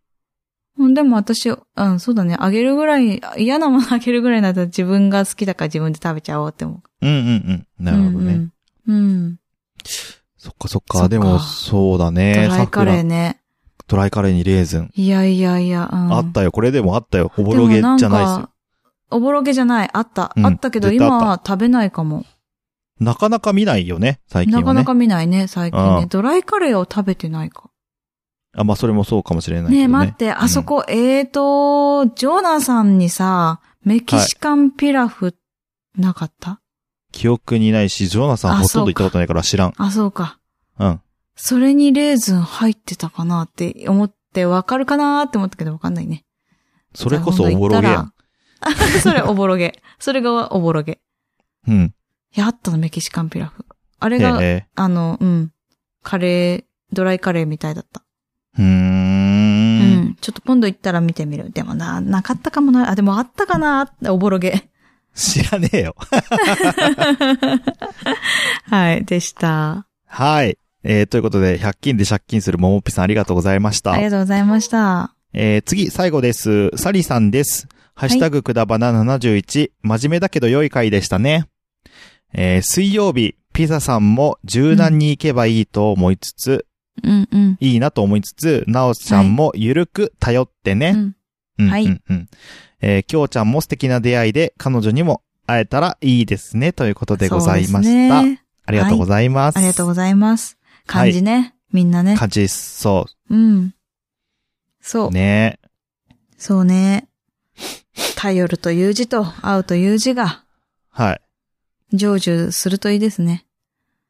[SPEAKER 2] うんでも私、うん、そうだね。あげるぐらい、嫌なものあげるぐらいだったら自分が好きだから自分で食べちゃおうって思
[SPEAKER 1] うんうんうん。
[SPEAKER 2] う。
[SPEAKER 1] なるほどね。
[SPEAKER 2] うんうん。うん。
[SPEAKER 1] そっかそっ
[SPEAKER 2] そっ
[SPEAKER 1] か。
[SPEAKER 2] か
[SPEAKER 1] でも、そうだ
[SPEAKER 2] ド
[SPEAKER 1] ね。
[SPEAKER 2] ライカレー
[SPEAKER 1] 桜。
[SPEAKER 2] ね。
[SPEAKER 1] ドライカレーにレーズン。
[SPEAKER 2] いやいやいや、うん。
[SPEAKER 1] あっ
[SPEAKER 2] よ。
[SPEAKER 1] たよ。これでもあったよ。おぼろげじゃないです
[SPEAKER 2] でもん
[SPEAKER 1] よ
[SPEAKER 2] か。おぼろげじゃない。あった。
[SPEAKER 1] うん
[SPEAKER 2] あったけど、
[SPEAKER 1] 絶対あ
[SPEAKER 2] 今
[SPEAKER 1] った
[SPEAKER 2] は食べないかも。
[SPEAKER 1] なかなか見ないよね、最近は
[SPEAKER 2] な
[SPEAKER 1] ね。
[SPEAKER 2] かなか見ないね、最近ね。
[SPEAKER 1] うん
[SPEAKER 2] ドライカレーを食べてないか。
[SPEAKER 1] あ、まあ、それもそうかもしれないけど
[SPEAKER 2] ねえ、
[SPEAKER 1] ね。
[SPEAKER 2] 待って、あそこ、えーと、ジョーナさんにさ、メキシカンピラフ、なかった
[SPEAKER 1] 記憶にないし、ジョナさん
[SPEAKER 2] あ
[SPEAKER 1] ほとんど行ったことないから知らん。
[SPEAKER 2] あ、そうか。
[SPEAKER 1] うん。
[SPEAKER 2] それにレーズン入ってたかなって思って、わかるかなって思ったけどわかんないね。
[SPEAKER 1] それこそおぼろげやん。
[SPEAKER 2] じゃあ。今度行ったら それおぼろげ。それがおぼろげ。
[SPEAKER 1] うん。
[SPEAKER 2] やったの、メキシカンピラフ。あ
[SPEAKER 1] え
[SPEAKER 2] れが、
[SPEAKER 1] え。
[SPEAKER 2] あの、うん。カレー、ドライカレーみたいだった。
[SPEAKER 1] うー。
[SPEAKER 2] うんん。ちょっと今度行ったら見てみる。でもな、なかったかもな。あ、でもあったかなおぼろげ。
[SPEAKER 1] 知らねえよ。
[SPEAKER 2] はい、でした。
[SPEAKER 1] はい。えー、ということで、100均で借金するももっぴさんありがとうございました
[SPEAKER 2] あり。がとうございました。
[SPEAKER 1] えー、次、最後です。サリさんです。ハッシュタグくだばな71、真面目だけど良い回でしたね。えー、水曜日、ピザさんも柔軟に行けばいいと思いつつ、
[SPEAKER 2] うんうん。
[SPEAKER 1] いいなと思いつつ、なおちゃんもゆるく頼って
[SPEAKER 2] う
[SPEAKER 1] ね。
[SPEAKER 2] ん、
[SPEAKER 1] うん
[SPEAKER 2] はい
[SPEAKER 1] うんうん。えーきょうちゃんも素敵な出会いで、彼女にも会えたらいいですね、ということでございま
[SPEAKER 2] そう
[SPEAKER 1] した。
[SPEAKER 2] ですね
[SPEAKER 1] ありがとうございます。
[SPEAKER 2] ありがとうございます。漢字ね。みんなね。
[SPEAKER 1] 感じです。そ。
[SPEAKER 2] うん。そうう。
[SPEAKER 1] ね
[SPEAKER 2] そうね。頼るという字と、会うという字が、
[SPEAKER 1] はい。
[SPEAKER 2] 成就するといいですね。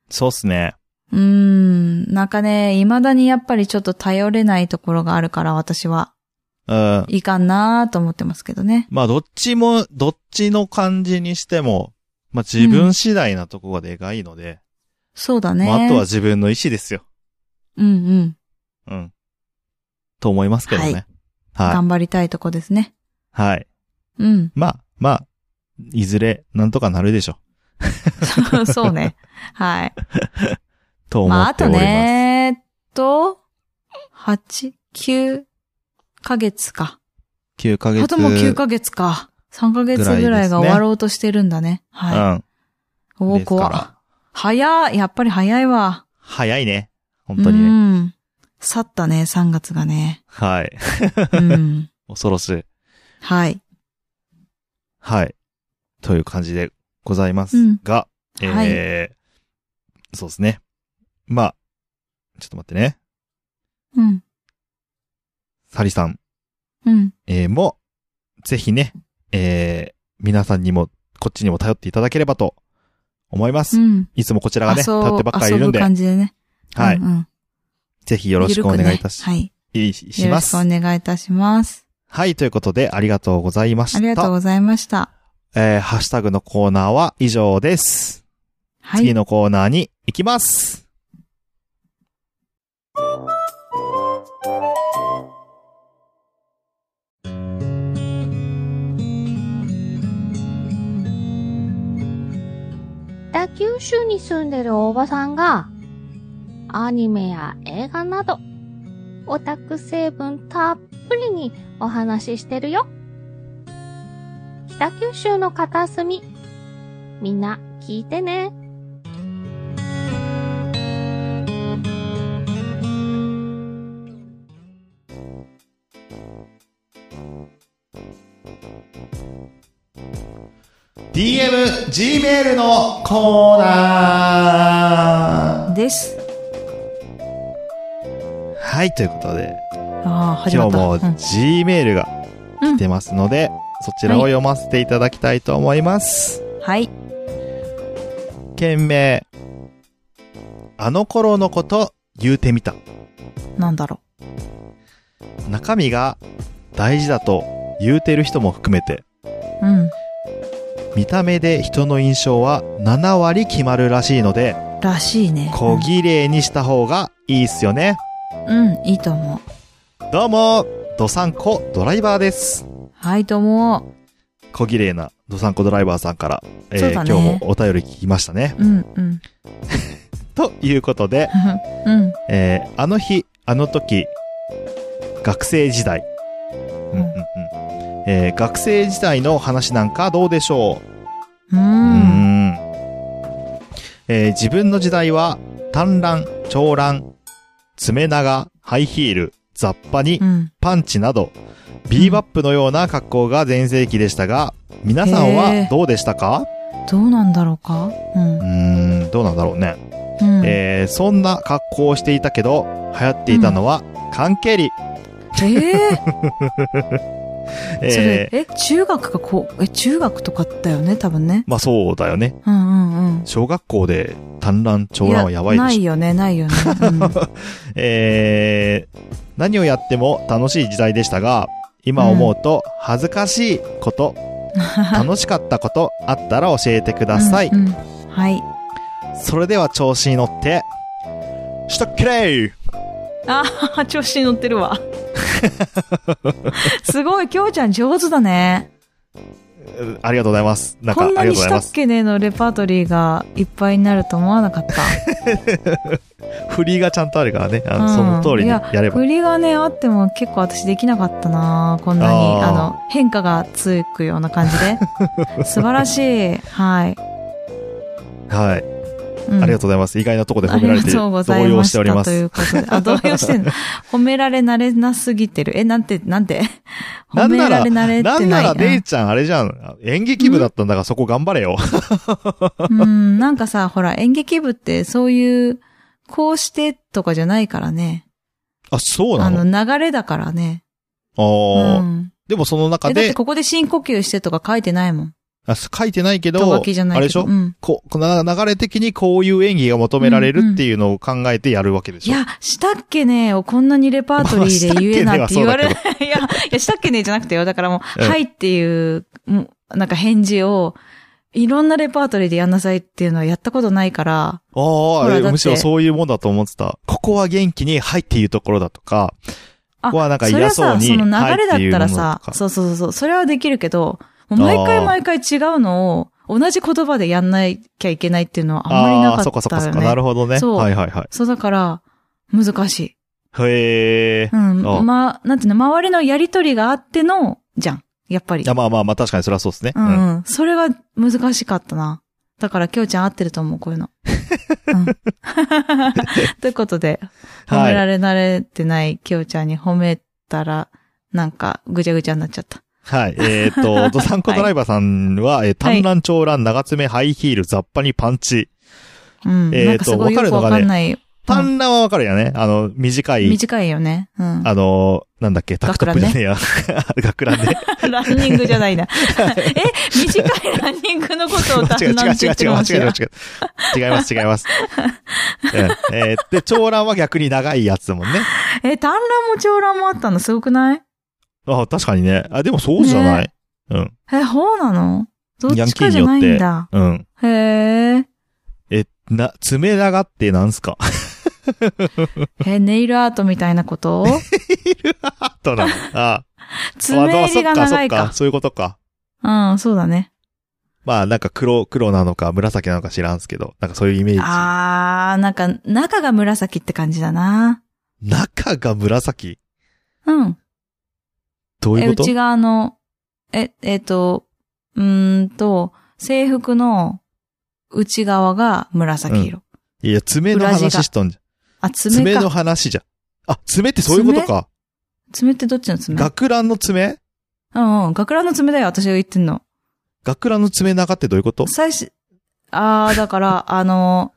[SPEAKER 1] そうっすね。
[SPEAKER 2] うーん。なんかね、未だにやっぱりちょっと頼れないところがあるから、私は。
[SPEAKER 1] うん。
[SPEAKER 2] いかんなーと思ってますけどね。
[SPEAKER 1] まあ、どっちも、どっちの感じにしても、まあ、自分次第なとこがでかいので、
[SPEAKER 2] そうだね。
[SPEAKER 1] まあ、あとは自分の意思ですよ。
[SPEAKER 2] うんうん。
[SPEAKER 1] うん。と思いますけどね。はい。
[SPEAKER 2] 頑張りたいとこですね。
[SPEAKER 1] はい。
[SPEAKER 2] うん。
[SPEAKER 1] まあ、まあ、いずれ、なんとかなるでしょ。
[SPEAKER 2] そうね。はい。
[SPEAKER 1] と思
[SPEAKER 2] まあ、
[SPEAKER 1] っ
[SPEAKER 2] あ
[SPEAKER 1] てお
[SPEAKER 2] と
[SPEAKER 1] ります。
[SPEAKER 2] ね、えっと、8、9ヶ月か。
[SPEAKER 1] 9ヶ月。
[SPEAKER 2] あともう9ヶ月か。3ヶ月ぐらいが終わろうとしてるんだね。は
[SPEAKER 1] うん。
[SPEAKER 2] い。おお、
[SPEAKER 1] ですから
[SPEAKER 2] 怖っ早い。やっぱり早いわ。
[SPEAKER 1] 早いね。本当に
[SPEAKER 2] う
[SPEAKER 1] ね。
[SPEAKER 2] ん。去ったね、3月がね。
[SPEAKER 1] はい。
[SPEAKER 2] うん。
[SPEAKER 1] 恐ろしい。
[SPEAKER 2] はい。
[SPEAKER 1] はい。という感じでございますが、
[SPEAKER 2] うん
[SPEAKER 1] えー、そうですね。まあ、ちょっと待ってね。
[SPEAKER 2] うん。
[SPEAKER 1] サリさん、
[SPEAKER 2] うん。
[SPEAKER 1] えー、も、ぜひね、えー、皆さんにも、こっちにも頼っていただければと思います。
[SPEAKER 2] うん。
[SPEAKER 1] いつもこちらがね、
[SPEAKER 2] 遊ぶ
[SPEAKER 1] 頼ってばっかりいるんで、
[SPEAKER 2] 遊ぶ感じでね。
[SPEAKER 1] は
[SPEAKER 2] う
[SPEAKER 1] い
[SPEAKER 2] ん。うん
[SPEAKER 1] ぜひよろしくお願いいたし、
[SPEAKER 2] ゆるくね
[SPEAKER 1] いい
[SPEAKER 2] はい。
[SPEAKER 1] し
[SPEAKER 2] よろ
[SPEAKER 1] ま
[SPEAKER 2] し
[SPEAKER 1] す
[SPEAKER 2] くお。願いいたします。
[SPEAKER 1] はい、ということで、ありがとうございました。
[SPEAKER 2] ありがとうございました。
[SPEAKER 1] えーハッシュタグのコーナーは以上です。
[SPEAKER 2] は
[SPEAKER 1] 次
[SPEAKER 2] い。
[SPEAKER 1] のコーナーに行きます。
[SPEAKER 3] 北九州に住んでるおばさんが、アニメや映画など、オタク成分たっぷりにお話ししてるよ。北九州の片隅、みんな聞いてね。
[SPEAKER 1] DM、G メールのコーナー
[SPEAKER 2] です。
[SPEAKER 1] はい、ということで、
[SPEAKER 2] ああ、始ま
[SPEAKER 1] 今
[SPEAKER 2] っ
[SPEAKER 1] 日
[SPEAKER 2] た。
[SPEAKER 1] も
[SPEAKER 2] うん
[SPEAKER 1] G メールが来てますので、そちらを読ませていただきたいと思います。
[SPEAKER 2] はい。
[SPEAKER 1] 件名、あの頃のこと言うてみた。
[SPEAKER 2] なんだろ
[SPEAKER 1] 中身が大事だと言うてる人も含めて、
[SPEAKER 2] う。うん。
[SPEAKER 1] 見た目で人の印象は7割決まるらしいので、
[SPEAKER 2] らしいね。
[SPEAKER 1] 小綺麗にした方がいいっすよね。
[SPEAKER 2] うん、いいと思
[SPEAKER 1] どうも、ドサンコドライバーです。
[SPEAKER 2] う。はい、どうも。
[SPEAKER 1] 小綺麗なドサンコドライバーさんから、えー
[SPEAKER 2] そうだ
[SPEAKER 1] 今
[SPEAKER 2] ね
[SPEAKER 1] 日もお便り聞きましたね。
[SPEAKER 2] うん、うん。
[SPEAKER 1] ということで、
[SPEAKER 2] うん、
[SPEAKER 1] えーあの日、あの時、学生時代、えー学生時代の話なんかどうでしょ
[SPEAKER 2] う。
[SPEAKER 1] う、うんんえー自分の時代は短乱、長乱、爪長、ハイヒール、雑把に
[SPEAKER 2] う、ん。
[SPEAKER 1] パンチなど、ビーバップのような格好が全盛期でしたが、皆さんはどうでしたか
[SPEAKER 2] どうなんだろうかうん
[SPEAKER 1] う。ーん、どうなんだろうね。
[SPEAKER 2] うん。え
[SPEAKER 1] えーそんな格好をしていたけど、流行っていたのは、関係理。
[SPEAKER 2] ー
[SPEAKER 1] えー
[SPEAKER 2] それ、え、中学かこう、え、中学とかだよね、多分ね。
[SPEAKER 1] まあそうだよね。
[SPEAKER 2] うんうんうん。
[SPEAKER 1] 小学校で短乱、長乱はやばい
[SPEAKER 2] な
[SPEAKER 1] でしょ。
[SPEAKER 2] いよね、ないよね。 うん
[SPEAKER 1] えー何をやっても楽しい時代でしたが、今思うと恥ずかしいこと、楽しかったことあったら教えてください。
[SPEAKER 2] うんうんはい。
[SPEAKER 1] それでは調子に乗って、したっけれい
[SPEAKER 2] あ、調子に乗ってる わ。すごい、きょうちゃん上手だね。
[SPEAKER 1] うんありがとうございます。なんか、
[SPEAKER 2] こ
[SPEAKER 1] あ
[SPEAKER 2] ん
[SPEAKER 1] りがとうご
[SPEAKER 2] なにし
[SPEAKER 1] ざい
[SPEAKER 2] た
[SPEAKER 1] ま
[SPEAKER 2] っ
[SPEAKER 1] す。
[SPEAKER 2] けねのレパートリーがいっぱいになると思わなかった。
[SPEAKER 1] 振りがちゃんとあるからね。あの
[SPEAKER 2] うん
[SPEAKER 1] その通りに
[SPEAKER 2] い
[SPEAKER 1] や
[SPEAKER 2] や
[SPEAKER 1] れば。
[SPEAKER 2] 振りがね、あっても結構私できなかったなこんなに、
[SPEAKER 1] あー
[SPEAKER 2] あの、変化がつくような感じで。 素晴らしい。はい。
[SPEAKER 1] はい。
[SPEAKER 2] うん
[SPEAKER 1] ありがとうございます。意外なとこで
[SPEAKER 2] あ
[SPEAKER 1] 褒め
[SPEAKER 2] り
[SPEAKER 1] られ
[SPEAKER 2] が
[SPEAKER 1] て、
[SPEAKER 2] とう
[SPEAKER 1] 動
[SPEAKER 2] ござい
[SPEAKER 1] 揺
[SPEAKER 2] ま
[SPEAKER 1] し
[SPEAKER 2] して
[SPEAKER 1] おり
[SPEAKER 2] た
[SPEAKER 1] ま
[SPEAKER 2] とい
[SPEAKER 1] す。
[SPEAKER 2] うことで。あ、動揺して んの。褒められ慣れなすぎてる。え、なんて、なんて。
[SPEAKER 1] な
[SPEAKER 2] 褒
[SPEAKER 1] ん
[SPEAKER 2] め
[SPEAKER 1] な
[SPEAKER 2] ら
[SPEAKER 1] ら
[SPEAKER 2] れ慣れてな。
[SPEAKER 1] ないんなら、
[SPEAKER 2] うん
[SPEAKER 1] レイちゃん、あれじゃん。演劇部だったんだから、そこ頑張れよ。
[SPEAKER 2] うん、なんかさ、ほら、演劇部ってそういう、こうしてとかじゃないからね。
[SPEAKER 1] あ、そう
[SPEAKER 2] あ
[SPEAKER 1] な
[SPEAKER 2] の、
[SPEAKER 1] の
[SPEAKER 2] 流れだからね。
[SPEAKER 1] あ
[SPEAKER 2] う
[SPEAKER 1] ー
[SPEAKER 2] ん。
[SPEAKER 1] でもその中
[SPEAKER 2] え、だって
[SPEAKER 1] で、
[SPEAKER 2] ここで深呼吸してとか書いてないもん。
[SPEAKER 1] あ書いてないけ
[SPEAKER 2] と
[SPEAKER 1] ど、
[SPEAKER 2] 書きじゃない
[SPEAKER 1] あれ
[SPEAKER 2] け
[SPEAKER 1] でし
[SPEAKER 2] ど。
[SPEAKER 1] ょ
[SPEAKER 2] うん。
[SPEAKER 1] ここの流れ的にこういう演技が求められるっていうのを考えてやるわけで
[SPEAKER 2] い
[SPEAKER 1] しょ。
[SPEAKER 2] や、したっけねをこんなにレパートリーで言えな
[SPEAKER 1] ま
[SPEAKER 2] ん
[SPEAKER 1] あ
[SPEAKER 2] て
[SPEAKER 1] したっ
[SPEAKER 2] 言
[SPEAKER 1] けねは
[SPEAKER 2] われ ない。いや、いや、したっけねじゃなくてよ。だからもう、
[SPEAKER 1] うん
[SPEAKER 2] はいっていう、もうなんか返事を、いろんなレパートリーでやんなさいっていうのはやったことないから、
[SPEAKER 1] あ
[SPEAKER 2] ほ
[SPEAKER 1] あ
[SPEAKER 2] らだっ
[SPEAKER 1] え、
[SPEAKER 2] て
[SPEAKER 1] むしろそういうもんだと思ってた。ここは元気に入っているところだとか、
[SPEAKER 2] あ
[SPEAKER 1] ここはなんか
[SPEAKER 2] それ
[SPEAKER 1] 嫌
[SPEAKER 2] は
[SPEAKER 1] そう
[SPEAKER 2] さ、
[SPEAKER 1] に
[SPEAKER 2] その流れだった
[SPEAKER 1] は
[SPEAKER 2] ら
[SPEAKER 1] い
[SPEAKER 2] さ
[SPEAKER 1] っていうものと、か
[SPEAKER 2] そうそうそう、それはできるけど、もう毎
[SPEAKER 1] あー
[SPEAKER 2] 回毎回違うのを、同じ言葉でやんなきゃいけないっていうのはあんまりな
[SPEAKER 1] あ
[SPEAKER 2] かっ
[SPEAKER 1] あ、
[SPEAKER 2] た
[SPEAKER 1] そっ
[SPEAKER 2] よね。
[SPEAKER 1] かそっかそっか。なるほどね。
[SPEAKER 2] そう
[SPEAKER 1] はいはいは
[SPEAKER 2] そうだから、難しい。
[SPEAKER 1] い。へえ
[SPEAKER 2] う。
[SPEAKER 1] あー
[SPEAKER 2] ん。まあ、なんていうの、周りのやりとりがあっての、じゃん。やっぱり
[SPEAKER 1] い。やまあまあまあ、確かにそれはそうですね。
[SPEAKER 2] う。ん、うん。それが難しかったな。だから、きょうちゃん合ってると思う、こういうの。うん ということで、褒
[SPEAKER 1] は
[SPEAKER 2] め
[SPEAKER 1] い
[SPEAKER 2] られ慣れてないきょうちゃんに褒めたら、なんか、ぐちゃぐちゃになっちゃった。
[SPEAKER 1] はい。えっ、 と、ドサンコドライバーさんは、えー短乱、長乱、長爪、ハイヒール、雑把にパンチ。
[SPEAKER 2] うん。
[SPEAKER 1] えーと
[SPEAKER 2] なんかすごいよくわかんない。
[SPEAKER 1] 短乱はわかるよね。あの、短い、
[SPEAKER 2] 短いよね。うん。
[SPEAKER 1] あの、なんだっけ、タクトップじゃねえや。 学ランね。
[SPEAKER 2] ランニングじ ゃないな。え、短いランニングのことを
[SPEAKER 1] 違う違う違う違う
[SPEAKER 2] 単なんて言ってる
[SPEAKER 1] 間
[SPEAKER 2] かも
[SPEAKER 1] 違
[SPEAKER 2] し
[SPEAKER 1] え
[SPEAKER 2] れない
[SPEAKER 1] た違う。違います違います。うんえーで、長乱は逆に長いやつだもんね。
[SPEAKER 2] え、単乱も長乱もあったのすごくない
[SPEAKER 1] あ確かにね。あ、でもそうじゃない。うん。
[SPEAKER 2] え、ほうなのどっちかじゃないんだ。
[SPEAKER 1] うん。
[SPEAKER 2] へえ。
[SPEAKER 1] え、な、爪長ってなんすか
[SPEAKER 2] え、ネイルアートみたいなこと
[SPEAKER 1] あとなの。あ、
[SPEAKER 2] 爪入りが長い
[SPEAKER 1] あそっかそっ
[SPEAKER 2] か
[SPEAKER 1] か。。そういうことか。
[SPEAKER 2] うん、そうだね。
[SPEAKER 1] まあなんか黒、黒なのか紫なのか知らんすけど、なんかそういうイメージ。
[SPEAKER 2] あー、なんか、中が紫って感じだな。
[SPEAKER 1] 中が紫
[SPEAKER 2] うん。
[SPEAKER 1] どうい
[SPEAKER 2] え、
[SPEAKER 1] うこ
[SPEAKER 2] う
[SPEAKER 1] と
[SPEAKER 2] ちがあの、え、えっ、と、うーんと、制服の内側が紫色。
[SPEAKER 1] いや、爪の
[SPEAKER 2] 裏地が
[SPEAKER 1] 話しとんじゃん。
[SPEAKER 2] あ、爪
[SPEAKER 1] 爪
[SPEAKER 2] か。
[SPEAKER 1] の
[SPEAKER 2] 爪
[SPEAKER 1] 話じゃん。あ、爪ってそういうことか。
[SPEAKER 2] ってどっちの爪
[SPEAKER 1] 学ランの爪
[SPEAKER 2] うんうん。学ランの爪だよ、私が言ってんの。
[SPEAKER 1] 学ランの爪長ってどういうこと
[SPEAKER 2] 最初、あー、だから、 あの、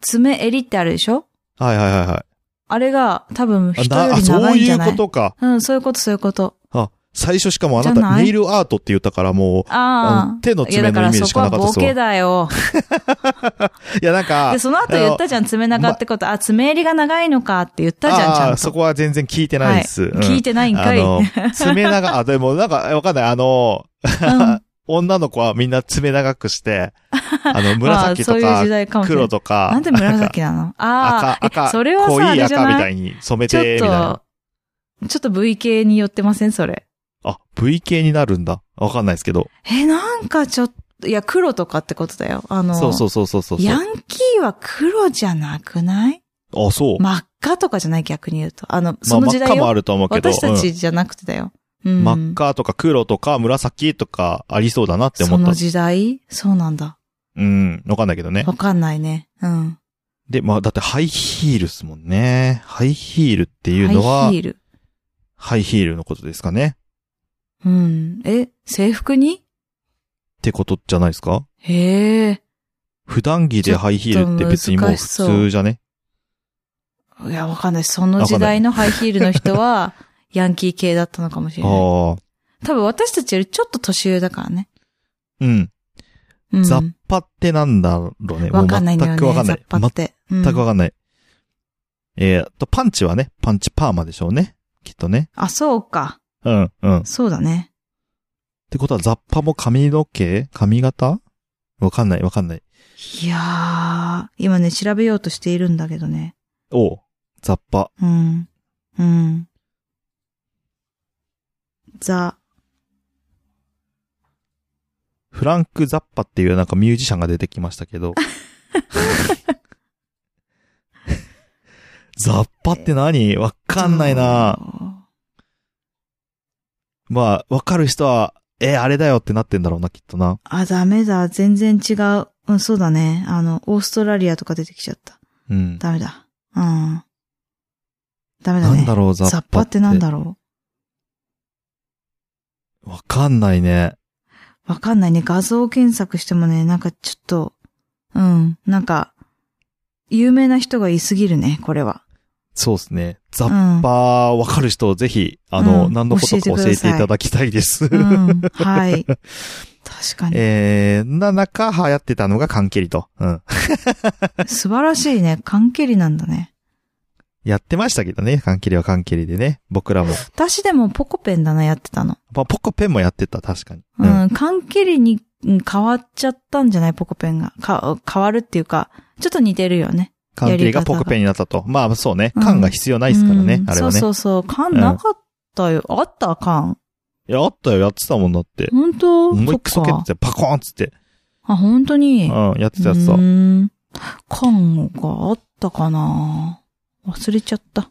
[SPEAKER 2] 爪襟ってあるでしょ
[SPEAKER 1] はいはいはいはい。
[SPEAKER 2] あれが多分
[SPEAKER 1] あ
[SPEAKER 2] 人
[SPEAKER 1] な
[SPEAKER 2] よ
[SPEAKER 1] あ
[SPEAKER 2] り
[SPEAKER 1] そ
[SPEAKER 2] 長
[SPEAKER 1] う
[SPEAKER 2] いんじ
[SPEAKER 1] い
[SPEAKER 2] ゃ
[SPEAKER 1] う
[SPEAKER 2] な
[SPEAKER 1] こ
[SPEAKER 2] い
[SPEAKER 1] とか。
[SPEAKER 2] うん、そういうこと、そういうこと。
[SPEAKER 1] あ、最初しかもあな
[SPEAKER 2] じゃ
[SPEAKER 1] た
[SPEAKER 2] ない
[SPEAKER 1] ネイルアートって言ったからもう、あ
[SPEAKER 2] あ
[SPEAKER 1] の
[SPEAKER 2] あ。
[SPEAKER 1] 手の
[SPEAKER 2] いや、
[SPEAKER 1] 爪
[SPEAKER 2] だか
[SPEAKER 1] のイメ
[SPEAKER 2] ら
[SPEAKER 1] ージ
[SPEAKER 2] そ
[SPEAKER 1] し
[SPEAKER 2] こ
[SPEAKER 1] かな
[SPEAKER 2] は
[SPEAKER 1] かったで
[SPEAKER 2] ボ
[SPEAKER 1] すわ
[SPEAKER 2] ケだよ。
[SPEAKER 1] いやなんか、
[SPEAKER 2] で、その後言ったじゃん、爪長ってこと。あ、爪襟が長いのかって言ったじゃん、ちゃ
[SPEAKER 1] あ
[SPEAKER 2] ん
[SPEAKER 1] あ、
[SPEAKER 2] と。
[SPEAKER 1] そこは全然聞いてないです。
[SPEAKER 2] は
[SPEAKER 1] うん
[SPEAKER 2] 聞いてないんかい。
[SPEAKER 1] あ
[SPEAKER 2] う
[SPEAKER 1] の、爪長、あ、でもなんか、わかんない。あの、
[SPEAKER 2] ん
[SPEAKER 1] 女の子はみんな爪長く して、あの、 紫と
[SPEAKER 2] まあそういう
[SPEAKER 1] か
[SPEAKER 2] 時代かも、しれない
[SPEAKER 1] 黒とか、
[SPEAKER 2] なんで紫なの
[SPEAKER 1] 赤、
[SPEAKER 2] ああ、
[SPEAKER 1] 赤、
[SPEAKER 2] えそれは
[SPEAKER 1] 濃
[SPEAKER 2] さ、あ
[SPEAKER 1] い
[SPEAKER 2] れじゃ
[SPEAKER 1] 赤み
[SPEAKER 2] な
[SPEAKER 1] た
[SPEAKER 2] い
[SPEAKER 1] いに染め、
[SPEAKER 2] ちょって
[SPEAKER 1] みたいな。
[SPEAKER 2] と、ちょっと V 系に寄ってませんそれ。
[SPEAKER 1] あ、V 系になるんだ。わかんないですけど。
[SPEAKER 2] え、なんかちょっと、いや、黒とかってことだよ。あの、
[SPEAKER 1] そうそうそうそうそう。
[SPEAKER 2] ヤンキーは黒じゃなくない
[SPEAKER 1] あ、そう。
[SPEAKER 2] 真っ赤とかじゃない逆に言うと。あの、
[SPEAKER 1] まあ、
[SPEAKER 2] その
[SPEAKER 1] 真
[SPEAKER 2] 時
[SPEAKER 1] っ
[SPEAKER 2] 代
[SPEAKER 1] 赤
[SPEAKER 2] よ。
[SPEAKER 1] もあると思うけど。
[SPEAKER 2] 私た
[SPEAKER 1] うん
[SPEAKER 2] ちじゃなくてだよ。うん
[SPEAKER 1] 真っ赤とか黒とか紫とかありそうだなって思
[SPEAKER 2] そ
[SPEAKER 1] った
[SPEAKER 2] の。時代そうなんだ。
[SPEAKER 1] うん。わかんないけどね。
[SPEAKER 2] わかんないね。うん。
[SPEAKER 1] で、まあ、だってハイヒールっすもんね。ハイヒールっていうの
[SPEAKER 2] ハ
[SPEAKER 1] は
[SPEAKER 2] イヒ、ール。
[SPEAKER 1] ハイヒールのことですかね。
[SPEAKER 2] うん。え、制服に
[SPEAKER 1] ってことじゃないですか
[SPEAKER 2] へえ。
[SPEAKER 1] 普段着でハイヒールって別にもう普
[SPEAKER 2] ちょっと難しそう
[SPEAKER 1] 通じゃね
[SPEAKER 2] いや、わかんない。その時代のハイヒールの人 は、ヤンキー系だったのかもしれない。
[SPEAKER 1] ああ。
[SPEAKER 2] 多分私たちよりちょっと年上だからね。
[SPEAKER 1] うん。
[SPEAKER 2] うん。
[SPEAKER 1] 雑把ってなんだろうね。も
[SPEAKER 2] わ
[SPEAKER 1] う
[SPEAKER 2] かんないんだ
[SPEAKER 1] 全
[SPEAKER 2] よね。
[SPEAKER 1] くわかんない。
[SPEAKER 2] 雑把って。全
[SPEAKER 1] 全くわかんない。えーっと、パンチはね、パンチパーマでしょうね。きっとね。
[SPEAKER 2] あ、そうか。
[SPEAKER 1] うん、うん。っ
[SPEAKER 2] そうだね。
[SPEAKER 1] てことは雑把も髪の毛髪型わかんない、わかんない。
[SPEAKER 2] いやー、今ね、調べようとしているんだけどね。
[SPEAKER 1] おう雑把。
[SPEAKER 2] うん。うん。ザ、
[SPEAKER 1] フランク・ザッパっていうなんかミュージシャンが出てきましたけ ど。ザッパって何わかんないなまあ、わかる人は、えーあれだよってなってんだろうな、きっとな。
[SPEAKER 2] あ、ダメだ。全然違う。うん、そうだね。あの、オーストラリアとか出てきちゃった。
[SPEAKER 1] うん。
[SPEAKER 2] ダメだ。うん。ダメだ
[SPEAKER 1] な
[SPEAKER 2] ね。
[SPEAKER 1] んだろう、ザッパ
[SPEAKER 2] 雑把ってなんだろ
[SPEAKER 1] わかんないね。
[SPEAKER 2] う。わかんないね。画像検索してもね、なんかちょっと、うん、なんか、有名な人がいすぎるね、これは。
[SPEAKER 1] そうですね。ザ
[SPEAKER 2] う
[SPEAKER 1] ッ
[SPEAKER 2] ん。
[SPEAKER 1] パーわかる人、ぜひ、あの、
[SPEAKER 2] うん
[SPEAKER 1] 何のことか
[SPEAKER 2] 教えてくだ
[SPEAKER 1] 教
[SPEAKER 2] さい
[SPEAKER 1] えていただきたいです。
[SPEAKER 2] うん、はい。確か に。
[SPEAKER 1] えー、な中流行ってたのが缶蹴りと。うん。
[SPEAKER 2] 素晴らしいね。缶蹴りなんだね。
[SPEAKER 1] やってましたけどね、缶蹴りは缶蹴りでね。僕らも。
[SPEAKER 2] 私でもポコペンだな、やってたの。
[SPEAKER 1] まあ、ポコペンもやってた、確かに。う。
[SPEAKER 2] うんん、缶蹴りにうん変わっちゃったんじゃないポコペンが。か、変わるっていうか、ちょっと似てるよね。
[SPEAKER 1] 缶蹴りが
[SPEAKER 2] やり方
[SPEAKER 1] ポ
[SPEAKER 2] が
[SPEAKER 1] コペンになったと。まあ、そうね。
[SPEAKER 2] うん
[SPEAKER 1] 缶が必要ないですからね、
[SPEAKER 2] うん
[SPEAKER 1] あれはね。
[SPEAKER 2] そうそうそう。缶なかったよ。あった缶。
[SPEAKER 1] いや、あったよ、やってたもんだって。
[SPEAKER 2] 本当
[SPEAKER 1] 思い
[SPEAKER 2] そ
[SPEAKER 1] っ
[SPEAKER 2] っ
[SPEAKER 1] くそ蹴っ
[SPEAKER 2] か
[SPEAKER 1] て。て、パコーンっつって。
[SPEAKER 2] あ、本当
[SPEAKER 1] う
[SPEAKER 2] に。
[SPEAKER 1] ん、やってたやつ
[SPEAKER 2] う
[SPEAKER 1] だ。
[SPEAKER 2] ーん。缶があったかな忘れちゃった。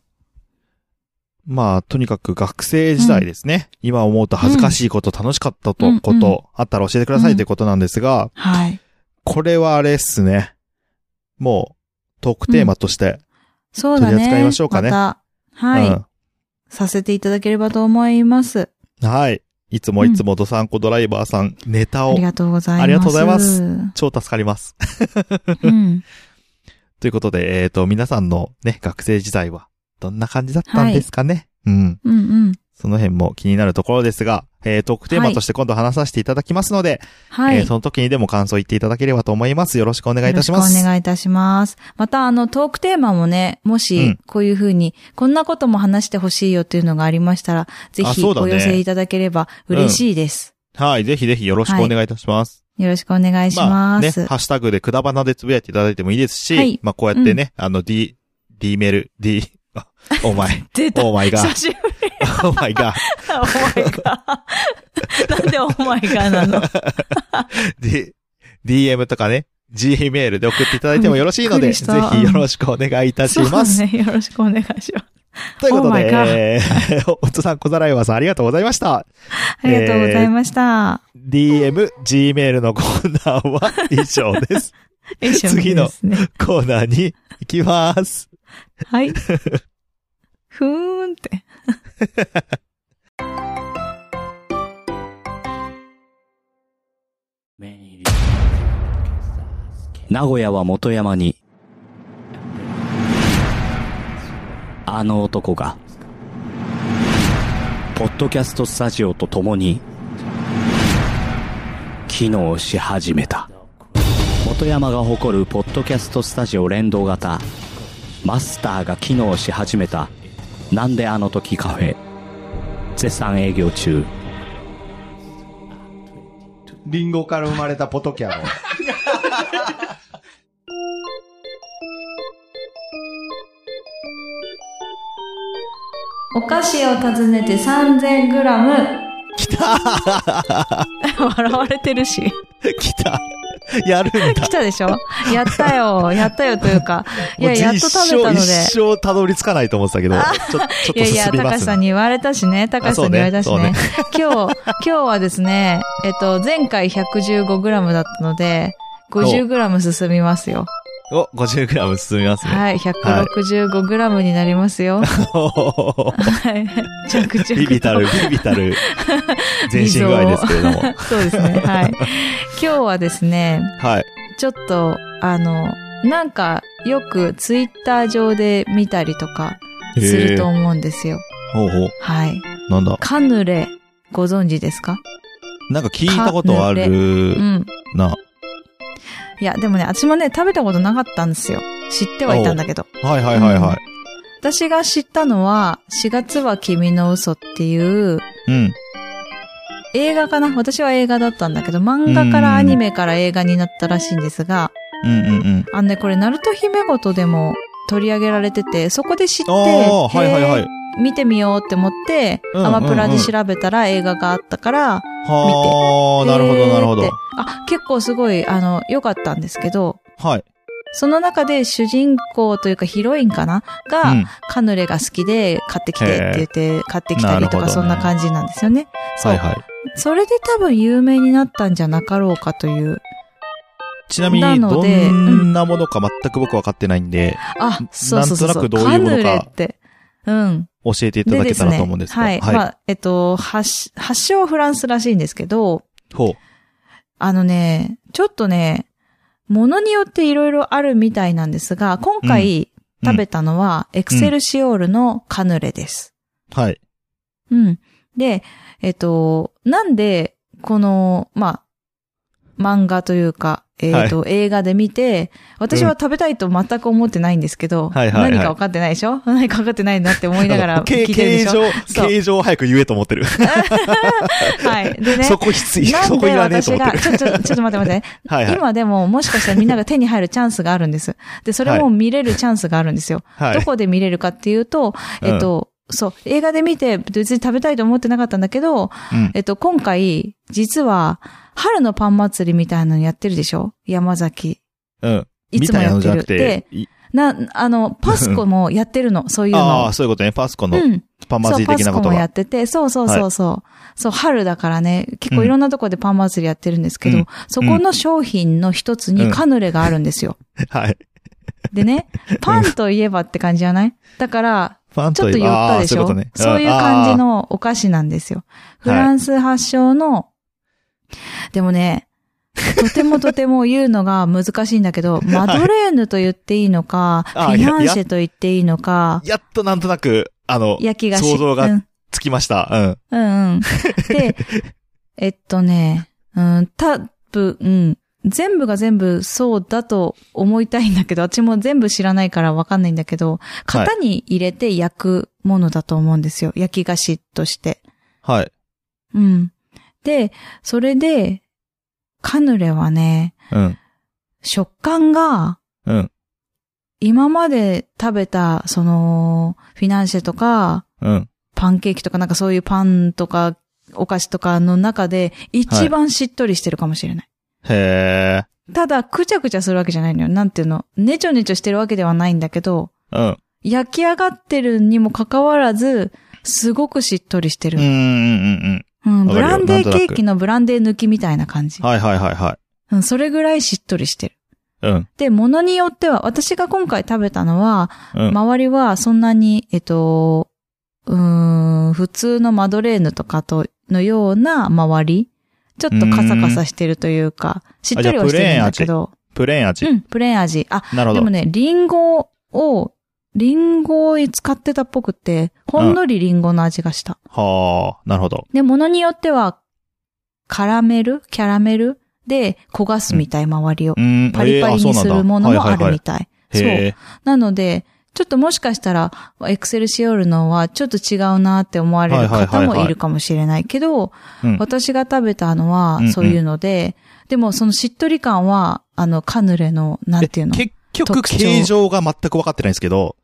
[SPEAKER 1] まあ、とにかく学生時代ですね。今思うと恥ずかしいこと、楽しかったと、
[SPEAKER 2] うん
[SPEAKER 1] こ
[SPEAKER 2] うんうん
[SPEAKER 1] と、あったら教えてくださいということなんですが、
[SPEAKER 2] はい。
[SPEAKER 1] これはあれっすね。もう、トークテーマとして。
[SPEAKER 2] そうだね。
[SPEAKER 1] 取り扱いましょうかね
[SPEAKER 2] また、はい、
[SPEAKER 1] うん
[SPEAKER 2] させていただければと思います。
[SPEAKER 1] はい。いつもいつもどさんこドライバーさん、ネタ
[SPEAKER 2] あ
[SPEAKER 1] を
[SPEAKER 2] りがとうございます。
[SPEAKER 1] ありがとうございます超助かります。
[SPEAKER 2] うん。
[SPEAKER 1] ということで、えっ、と、皆さんのね、学生時代は、どんな感じだったんですかね、うん。
[SPEAKER 2] うんうん。
[SPEAKER 1] その辺も気になるところですが、えー、トークテーマとして今度話させていただきますので、
[SPEAKER 2] はい。
[SPEAKER 1] えーその時にでも感想言っていただければと思います。よろしくお願いいたします。
[SPEAKER 2] よろしくお願いいたします。また、あの、トークテーマもね、も
[SPEAKER 1] う
[SPEAKER 2] し
[SPEAKER 1] ん、
[SPEAKER 2] こういうふうに、こんなことも話してほしいよっていうのがありましたら、ぜ
[SPEAKER 1] あ
[SPEAKER 2] ひ
[SPEAKER 1] そうだね
[SPEAKER 2] お寄せいただければ嬉しいです。
[SPEAKER 1] はい、ぜひぜひよろしくお願いいたします。
[SPEAKER 2] よろしくお願いし
[SPEAKER 1] あ
[SPEAKER 2] ま
[SPEAKER 1] ね、
[SPEAKER 2] す。
[SPEAKER 1] ハッシュタグでくだばなでつぶやいていただいてもいいですし、
[SPEAKER 2] はい
[SPEAKER 1] まあこうやってね、あの D、D メール、D、あ お前、
[SPEAKER 2] 出た
[SPEAKER 1] お前 が、
[SPEAKER 2] 久しぶり
[SPEAKER 1] お前が、
[SPEAKER 2] だ、お前 が。なんでお前がなの
[SPEAKER 1] D、DM とかね、G メールで送っていただいてもよろしいの
[SPEAKER 2] び
[SPEAKER 1] で、
[SPEAKER 2] っく
[SPEAKER 1] ぜ
[SPEAKER 2] りした
[SPEAKER 1] ひよろしくお願いいたし
[SPEAKER 2] そう
[SPEAKER 1] ま
[SPEAKER 2] だ
[SPEAKER 1] す。
[SPEAKER 2] ね。よろしくお願いします。
[SPEAKER 1] ということ
[SPEAKER 2] Oh my god
[SPEAKER 1] で、えー、 おつさん、小ざらいわさんありがとうございました。
[SPEAKER 2] ありがとうございました。
[SPEAKER 1] DM、G メールのコーナーは以上 です。
[SPEAKER 2] 以上
[SPEAKER 1] 次の
[SPEAKER 2] ですね。
[SPEAKER 1] コーナーに行きます。
[SPEAKER 2] はい。ふーんって。
[SPEAKER 4] 名古屋は元山に、あの男が、ポッドキャストスタジオと共に、機能し始めた。元山が誇るポッドキャストスタジオ連動型、マスターが機能し始めた、なんであの時カフェ、絶賛営業中。
[SPEAKER 5] リンゴから生まれたポトキャロ。
[SPEAKER 2] お菓子を訪ねて 3000g。
[SPEAKER 1] 来た
[SPEAKER 2] 笑われてるし。
[SPEAKER 1] 来たやるんだ
[SPEAKER 2] 来。たでしょやったよ。やったよとい うか。いや、やっと食べたの
[SPEAKER 1] 一
[SPEAKER 2] で。
[SPEAKER 1] 生、一生たどり着かないと思ってたけど、ちょちょっ
[SPEAKER 2] いや
[SPEAKER 1] と
[SPEAKER 2] いや、
[SPEAKER 1] 進み
[SPEAKER 2] 高
[SPEAKER 1] ま
[SPEAKER 2] 橋
[SPEAKER 1] す
[SPEAKER 2] さん
[SPEAKER 1] ね。
[SPEAKER 2] に言われたしね。高橋さんに言われたしね。 今日、今日はですね、えっと、前回 115g だったので、50g 進みますよ。
[SPEAKER 1] お、50g 進みますね。
[SPEAKER 2] はい、165g になりま すよ。はい。着々と。
[SPEAKER 1] ビビたる、 ビビたる、全身具合ですけれども。
[SPEAKER 2] そうですね。はい。今日はですね、
[SPEAKER 1] はい。
[SPEAKER 2] ちょっと、あの、なんか、よくツイッター上で見たりとかすると
[SPEAKER 1] へー
[SPEAKER 2] 思うんですよ。
[SPEAKER 1] ほうほう。
[SPEAKER 2] はい。
[SPEAKER 1] なんだ。
[SPEAKER 2] カヌレ、ご存知ですか
[SPEAKER 1] なんか聞いたことある
[SPEAKER 2] うん。
[SPEAKER 1] な。
[SPEAKER 2] いや、でもね、私もね、食べたことなかったんですよ。知ってはいたんだけど。
[SPEAKER 1] はいはいはいはい。
[SPEAKER 2] 私が知ったのは、4月は君の嘘っていう、
[SPEAKER 1] うん。
[SPEAKER 2] 映画かな私は映画だったんだけど、漫画からアニメから映画になったらしいんですが、
[SPEAKER 1] うんうんうん。
[SPEAKER 2] あのね、これ、ナルト姫ごとでも取り上げられてて、そこで知って、
[SPEAKER 1] ああ、はいはいはい
[SPEAKER 2] へ。ー見てみようって思って、
[SPEAKER 1] うん
[SPEAKER 2] アマプラで調べたら映画があったから、
[SPEAKER 1] はあ、なるほ
[SPEAKER 2] へ
[SPEAKER 1] ど
[SPEAKER 2] ー
[SPEAKER 1] なるほ
[SPEAKER 2] って
[SPEAKER 1] ど。
[SPEAKER 2] あ、結構すごい、あの、良かったんですけど、
[SPEAKER 1] はい。
[SPEAKER 2] その中で主人公というかヒロインかなが、
[SPEAKER 1] うん
[SPEAKER 2] カヌレが好きで買ってきてって言って買ってきた
[SPEAKER 1] な
[SPEAKER 2] りと
[SPEAKER 1] るほど
[SPEAKER 2] か、
[SPEAKER 1] ね
[SPEAKER 2] そんな感じなんですよね。そう、
[SPEAKER 1] はいはい。
[SPEAKER 2] それで多分有名になったんじゃなかろうかという。
[SPEAKER 1] ちなみ
[SPEAKER 2] な
[SPEAKER 1] に、
[SPEAKER 2] の
[SPEAKER 1] ど
[SPEAKER 2] で
[SPEAKER 1] んなものか全く僕分かってないんで、
[SPEAKER 2] あ、そうそうそうそう。
[SPEAKER 1] なんとなくどういうものか
[SPEAKER 2] カヌレって。うん。
[SPEAKER 1] 教えていた
[SPEAKER 2] で
[SPEAKER 1] だ
[SPEAKER 2] で
[SPEAKER 1] け
[SPEAKER 2] す
[SPEAKER 1] た
[SPEAKER 2] ね。
[SPEAKER 1] らと思うんですが。
[SPEAKER 2] はい。まあ、えっと、発、発祥はフランスらしいんですけど、
[SPEAKER 1] ほ
[SPEAKER 2] あのね、ちょっとね、ものによっていろいろあるみたいなんですが、今回
[SPEAKER 1] うん
[SPEAKER 2] 食べたのは、エクセルシオールのカヌレです。
[SPEAKER 1] う。はい。
[SPEAKER 2] うん。で、えっと、なんで、この、まあ、漫画というか、えっ、と、映画で見て、私は食べたいと全く思ってないんですけど、
[SPEAKER 1] はいはいはい
[SPEAKER 2] 何か分かってないでしょ 何か分かってないなって思いながら聞
[SPEAKER 1] 形
[SPEAKER 2] いてるで
[SPEAKER 1] 形
[SPEAKER 2] しょ
[SPEAKER 1] 状、
[SPEAKER 2] そう
[SPEAKER 1] 形状を早く言えと思ってる。
[SPEAKER 2] はい。でね、
[SPEAKER 1] そこ必要、
[SPEAKER 2] な
[SPEAKER 1] そ
[SPEAKER 2] ん
[SPEAKER 1] こい
[SPEAKER 2] で
[SPEAKER 1] らねえと
[SPEAKER 2] 私
[SPEAKER 1] 思っ
[SPEAKER 2] が、
[SPEAKER 1] てる。
[SPEAKER 2] ちょ、ちょ、ちょっと待って待って。
[SPEAKER 1] はいはい。
[SPEAKER 2] 今でももしかしたらみんなが手に入るチャンスがあるんです。で、それも見れるチャンスがあるんですよ。
[SPEAKER 1] はい
[SPEAKER 2] ど。こで見れるかっていうと、
[SPEAKER 1] うん
[SPEAKER 2] えっと、そう、映画で見て別に食べたいと思ってなかったんだけど、
[SPEAKER 1] うん
[SPEAKER 2] えっと、今回、実は、春のパン祭りみたいなのやってるでしょ山崎。
[SPEAKER 1] うん。
[SPEAKER 2] いつもやっ
[SPEAKER 1] みたい
[SPEAKER 2] て
[SPEAKER 1] なの。じ
[SPEAKER 2] る
[SPEAKER 1] ゃなく
[SPEAKER 2] で、
[SPEAKER 1] て、い
[SPEAKER 2] な、あの、パスコもやってるの、そういう
[SPEAKER 1] ああ、
[SPEAKER 2] の。
[SPEAKER 1] そういうことね。パスコの
[SPEAKER 2] うん。
[SPEAKER 1] パン
[SPEAKER 2] そ
[SPEAKER 1] 祭
[SPEAKER 2] う、
[SPEAKER 1] り
[SPEAKER 2] パ
[SPEAKER 1] 的
[SPEAKER 2] ス
[SPEAKER 1] な
[SPEAKER 2] コ
[SPEAKER 1] こと
[SPEAKER 2] もや
[SPEAKER 1] が
[SPEAKER 2] っ。てて、そうそうそうそう。そう、春だからね、結構いろんなとこでパン祭りやってるんですけど、
[SPEAKER 1] うん
[SPEAKER 2] そこの商品の一つ
[SPEAKER 1] う
[SPEAKER 2] に
[SPEAKER 1] ん
[SPEAKER 2] カヌレがあるんですよ。
[SPEAKER 1] はい。
[SPEAKER 2] でね、パンといえばって感じじゃないだから、
[SPEAKER 1] パン
[SPEAKER 2] ちょっと
[SPEAKER 1] い
[SPEAKER 2] 寄
[SPEAKER 1] えば
[SPEAKER 2] った
[SPEAKER 1] ああ
[SPEAKER 2] でしょ
[SPEAKER 1] そういうことね。ん
[SPEAKER 2] そういう感じ。
[SPEAKER 1] あ
[SPEAKER 2] のお菓子なんですよ。フ
[SPEAKER 1] はい
[SPEAKER 2] ランス発祥の、でもね、とてもとても言うのが難しいんだけど、マドレーヌと言っていいのか、フ
[SPEAKER 1] あ
[SPEAKER 2] ィ
[SPEAKER 1] いや
[SPEAKER 2] ナンシェと言っていいのか
[SPEAKER 1] あ、やっとなんとなく、あの、
[SPEAKER 2] 焼き菓子。
[SPEAKER 1] 想像が
[SPEAKER 2] うん
[SPEAKER 1] つきました。うん。
[SPEAKER 2] うんうん。で、えっとね、うん、たぶ、うん。全部が全部そうだと思いたいんだけど、私も全部知らないからわかんないんだけ
[SPEAKER 1] は
[SPEAKER 2] ど、
[SPEAKER 1] い
[SPEAKER 2] 型に入れて焼くものだと思うんですよ。焼き菓子として。
[SPEAKER 1] はい。
[SPEAKER 2] うん。で、それで、カヌレはね、
[SPEAKER 1] うん。
[SPEAKER 2] 食感が、
[SPEAKER 1] うん。
[SPEAKER 2] 今まで食べた、その、フィナンシェとか、
[SPEAKER 1] うん。
[SPEAKER 2] パンケーキとかなんかそういうパンとかお菓子とかの中で一番しっとりしてるかもしれない。
[SPEAKER 1] へえ。
[SPEAKER 2] ただ、くちゃくちゃするわけじゃないのよ。なんていうの。ねちょねちょしてるわけではないんだけど、
[SPEAKER 1] うん。う
[SPEAKER 2] 焼き上がってるにもかかわらず、すごくしっとりして
[SPEAKER 1] ーんう
[SPEAKER 2] る。
[SPEAKER 1] んうん
[SPEAKER 2] う
[SPEAKER 1] わか
[SPEAKER 2] ん、ブ
[SPEAKER 1] るよ
[SPEAKER 2] ランデーケー
[SPEAKER 1] なんと
[SPEAKER 2] キのブランデー抜きみたいな感じ
[SPEAKER 1] うん。。はいはいはいは
[SPEAKER 2] うん、それぐらいしっとりしてる。
[SPEAKER 1] い。うん。
[SPEAKER 2] で、ものによっては、私が今回食べたのは、
[SPEAKER 1] うん。
[SPEAKER 2] 周りはそんなに、えっと、うーん、普通のマドレーヌとかと、のような周り。ちょっとカサカサしてるというか、しっとりはしてるんだけど。
[SPEAKER 1] プレーン味
[SPEAKER 2] う。ん、プレーン味。あ、
[SPEAKER 1] なるほ
[SPEAKER 2] で
[SPEAKER 1] ど
[SPEAKER 2] も。ね、リンゴを、リンゴを使ってたっぽくて、ほんのりリンゴの味がした。
[SPEAKER 1] はあ、なるほど。
[SPEAKER 2] で、ものによっては、カラメルキャラメルで焦がすみたい周りを
[SPEAKER 1] う。ん。
[SPEAKER 2] パリパ
[SPEAKER 1] え
[SPEAKER 2] リ
[SPEAKER 1] ーあそう
[SPEAKER 2] に
[SPEAKER 1] なん
[SPEAKER 2] す
[SPEAKER 1] だ
[SPEAKER 2] るものもあ
[SPEAKER 1] はい
[SPEAKER 2] る
[SPEAKER 1] はいは
[SPEAKER 2] み
[SPEAKER 1] い
[SPEAKER 2] たい。そう。
[SPEAKER 1] へえ。
[SPEAKER 2] なので、ちょっともしかしたら、エクセルシオールのはちょっと違うなって思われる方
[SPEAKER 1] はいはいはい
[SPEAKER 2] も
[SPEAKER 1] はい
[SPEAKER 2] いるかもしれないけど、
[SPEAKER 1] うん
[SPEAKER 2] 私が食べたの
[SPEAKER 1] うんう
[SPEAKER 2] は
[SPEAKER 1] ん
[SPEAKER 2] そういうので、でもそのしっとり感は、あの、カヌレの、なんていうの
[SPEAKER 1] 結局、
[SPEAKER 2] 特徴
[SPEAKER 1] 形状が全く分かってないんですけど、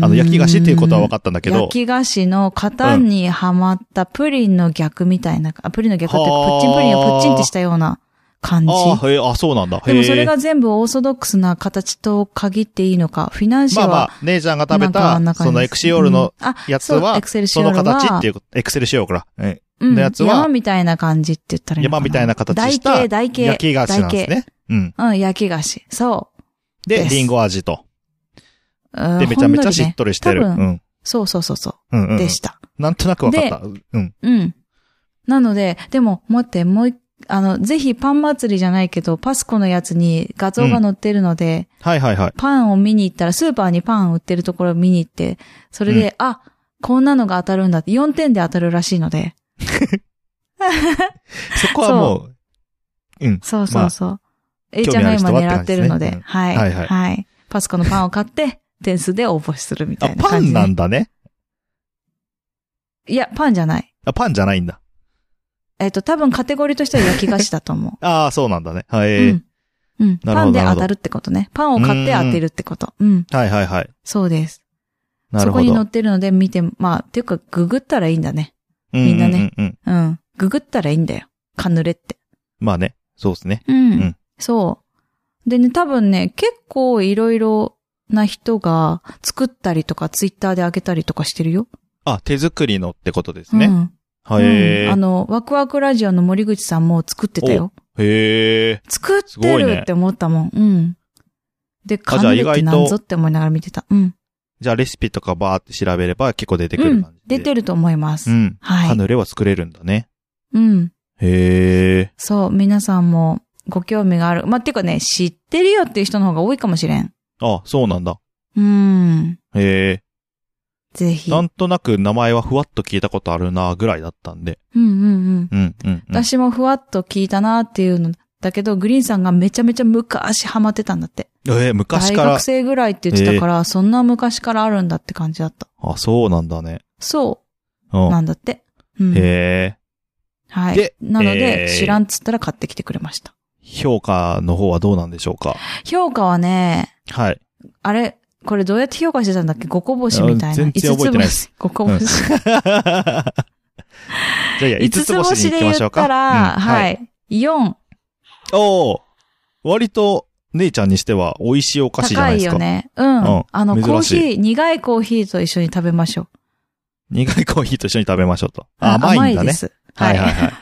[SPEAKER 1] あの、焼き菓子っていうことは分かったんだけど
[SPEAKER 2] 焼、き菓子の型にはまったプリンの逆みたいな、あプリンの逆っていうか、
[SPEAKER 1] は
[SPEAKER 2] プ
[SPEAKER 1] あ
[SPEAKER 2] ッチンプリンをプッチンってしたような感じ。
[SPEAKER 1] ああ、へえ、あ、そうなんだ。
[SPEAKER 2] でもそれ
[SPEAKER 1] へ
[SPEAKER 2] が全部オーソドックスな形と限っていいのか、フィナン
[SPEAKER 1] え
[SPEAKER 2] シェ
[SPEAKER 1] まあ
[SPEAKER 2] は、
[SPEAKER 1] まあ、姉ちゃんが食べ
[SPEAKER 2] なんかあんな
[SPEAKER 1] た、
[SPEAKER 2] 感
[SPEAKER 1] そ
[SPEAKER 2] じ
[SPEAKER 1] のエクシオールの
[SPEAKER 2] うんあ
[SPEAKER 1] やつは
[SPEAKER 2] そうエクセルシ
[SPEAKER 1] そ
[SPEAKER 2] オー
[SPEAKER 1] の
[SPEAKER 2] ルは
[SPEAKER 1] 形っていうこと、エクセルしようから。え
[SPEAKER 2] うん
[SPEAKER 1] のやつは
[SPEAKER 2] 山みたいな感じって言ったらいいのかな。
[SPEAKER 1] 山みたいな形し
[SPEAKER 2] 台
[SPEAKER 1] た
[SPEAKER 2] 形、台形。
[SPEAKER 1] 焼き菓子なんです
[SPEAKER 2] 台
[SPEAKER 1] ね。うん。
[SPEAKER 2] 形。うん、焼き菓子。そう。
[SPEAKER 1] で、
[SPEAKER 2] です
[SPEAKER 1] リンゴ味と。
[SPEAKER 2] うん
[SPEAKER 1] で、めちゃめちゃしっ
[SPEAKER 2] ほんのりね
[SPEAKER 1] とりしてる。
[SPEAKER 2] 多
[SPEAKER 1] う
[SPEAKER 2] 分
[SPEAKER 1] ん。
[SPEAKER 2] そうそうそうそ
[SPEAKER 1] うんう
[SPEAKER 2] う。
[SPEAKER 1] ん。
[SPEAKER 2] でした。
[SPEAKER 1] なんとなくわかった。うん。
[SPEAKER 2] うん。なので、でも、待って、もう一、あの、ぜひパン祭りじゃないけど、パスコのやつに画像が載ってるので、
[SPEAKER 1] はいはいはい。
[SPEAKER 2] パンを見に行ったら、スーパーにパン売ってるところを見に行って、それで、あ、こんなのが当たるんだって、4点で当たるらしいので。
[SPEAKER 1] そこはもう、うん。
[SPEAKER 2] そうそうそう。A ちゃんが今狙ってるので、はい、
[SPEAKER 1] は
[SPEAKER 2] はいい、
[SPEAKER 1] はい
[SPEAKER 2] パスコのパンを買って、 点数で応募するみた
[SPEAKER 1] あ、
[SPEAKER 2] いな
[SPEAKER 1] パ
[SPEAKER 2] 感
[SPEAKER 1] ン
[SPEAKER 2] じ、
[SPEAKER 1] なんだね。
[SPEAKER 2] いや、パンじゃない。
[SPEAKER 1] あ、パンじゃないんだ。
[SPEAKER 2] えっ、と、多分カテゴリーとしては焼き菓子だと思
[SPEAKER 1] ああ、そうなんだね。は
[SPEAKER 2] う。
[SPEAKER 1] い。
[SPEAKER 2] うん。うん。
[SPEAKER 1] なるほど
[SPEAKER 2] パンで
[SPEAKER 1] なるほ
[SPEAKER 2] 当
[SPEAKER 1] ど
[SPEAKER 2] たるってことね。パンを買って当てるってこと。うん
[SPEAKER 1] はいはいはい。
[SPEAKER 2] そうです。
[SPEAKER 1] な
[SPEAKER 2] そ
[SPEAKER 1] る
[SPEAKER 2] こ
[SPEAKER 1] ほど。
[SPEAKER 2] に載ってるので見て、まあ、っていうか、ググったらいいんだね。みんなね
[SPEAKER 1] うんうんうん。
[SPEAKER 2] うん。ググったらいいんだよ。カヌレって。
[SPEAKER 1] まあね、そうですね。
[SPEAKER 2] うん。
[SPEAKER 1] うん
[SPEAKER 2] そう。でね、多分ね、結構いろいろな人が作ったりとか、ツイッターであげたりとかしてるよ。
[SPEAKER 1] あ、手作りのってことですね。
[SPEAKER 2] うん。
[SPEAKER 1] はい。
[SPEAKER 2] うんあの、ワクワクラジオの森口さんも作ってたよ。
[SPEAKER 1] へえ。
[SPEAKER 2] 作っ
[SPEAKER 1] すご
[SPEAKER 2] て
[SPEAKER 1] い
[SPEAKER 2] る
[SPEAKER 1] ね
[SPEAKER 2] って思ったもん。うん。で、
[SPEAKER 1] あ
[SPEAKER 2] カ
[SPEAKER 1] じゃあ
[SPEAKER 2] ヌレ
[SPEAKER 1] 意
[SPEAKER 2] って
[SPEAKER 1] 外と
[SPEAKER 2] なんぞって思いながら見てた。うん。
[SPEAKER 1] じゃあレシピとかバーって調べれば結構出てく
[SPEAKER 2] う
[SPEAKER 1] る
[SPEAKER 2] ん
[SPEAKER 1] 感じ。
[SPEAKER 2] 出て
[SPEAKER 1] る。
[SPEAKER 2] ると思いま
[SPEAKER 1] う
[SPEAKER 2] す。
[SPEAKER 1] ん。
[SPEAKER 2] は
[SPEAKER 1] カ
[SPEAKER 2] い。
[SPEAKER 1] ヌレは作れるんだね。
[SPEAKER 2] うん。
[SPEAKER 1] へえ。
[SPEAKER 2] そう、皆さんもご興味がある。まあ、っていうかね、知ってるよっていう人の方が多いかもしれん。
[SPEAKER 1] あ、そうなんだ。
[SPEAKER 2] うん。
[SPEAKER 1] へ
[SPEAKER 2] ぜ
[SPEAKER 1] え。
[SPEAKER 2] ひ。う
[SPEAKER 1] なんんとなく名前はふわっと聞いたことあるなぐらいだったんで。
[SPEAKER 2] うんうん。
[SPEAKER 1] うんうん、うん。
[SPEAKER 2] 私もふわっと聞いたなっていうのだけど、グリーンさんがめちゃめちゃ昔ハマってたんだって。
[SPEAKER 1] えー昔
[SPEAKER 2] 大
[SPEAKER 1] から
[SPEAKER 2] 学。生ぐらいって言ってたから、そんな昔からあるんだって感じだった。
[SPEAKER 1] あ、そうなんだね。
[SPEAKER 2] そうう、
[SPEAKER 1] ん。
[SPEAKER 2] なんだって。うん。
[SPEAKER 1] へえ。
[SPEAKER 2] は
[SPEAKER 1] で
[SPEAKER 2] い。なので、
[SPEAKER 1] えー
[SPEAKER 2] 知らんっつったら買ってきてくれました。
[SPEAKER 1] 評価の方はどうなんでしょうか
[SPEAKER 2] 評価はね、
[SPEAKER 1] はい。
[SPEAKER 2] あれ、これどうやって評価してたんだっけ ?5 個星みたいな。
[SPEAKER 1] うん全然覚えてない です
[SPEAKER 2] 5個星。
[SPEAKER 1] じゃあいや、
[SPEAKER 2] 五
[SPEAKER 1] 五
[SPEAKER 2] つ
[SPEAKER 1] つ星
[SPEAKER 2] 星
[SPEAKER 1] に行
[SPEAKER 2] で
[SPEAKER 1] き
[SPEAKER 2] 言
[SPEAKER 1] ま
[SPEAKER 2] っ
[SPEAKER 1] しょうか。
[SPEAKER 2] たら、
[SPEAKER 1] うん
[SPEAKER 2] はい。4、
[SPEAKER 1] おお割と、姉ちゃんにしては美味しいお菓子じゃな
[SPEAKER 2] 高
[SPEAKER 1] い
[SPEAKER 2] い
[SPEAKER 1] ですか。
[SPEAKER 2] よね。うん。
[SPEAKER 1] うん
[SPEAKER 2] あの、
[SPEAKER 1] 珍しい
[SPEAKER 2] コーヒー、苦いコーヒーと一緒に食べましょう。
[SPEAKER 1] 苦いコーヒーと一緒に食べましょうと。あ
[SPEAKER 2] あ
[SPEAKER 1] 甘いんだ
[SPEAKER 2] 甘いで
[SPEAKER 1] ね。
[SPEAKER 2] す。
[SPEAKER 1] はいはいはい。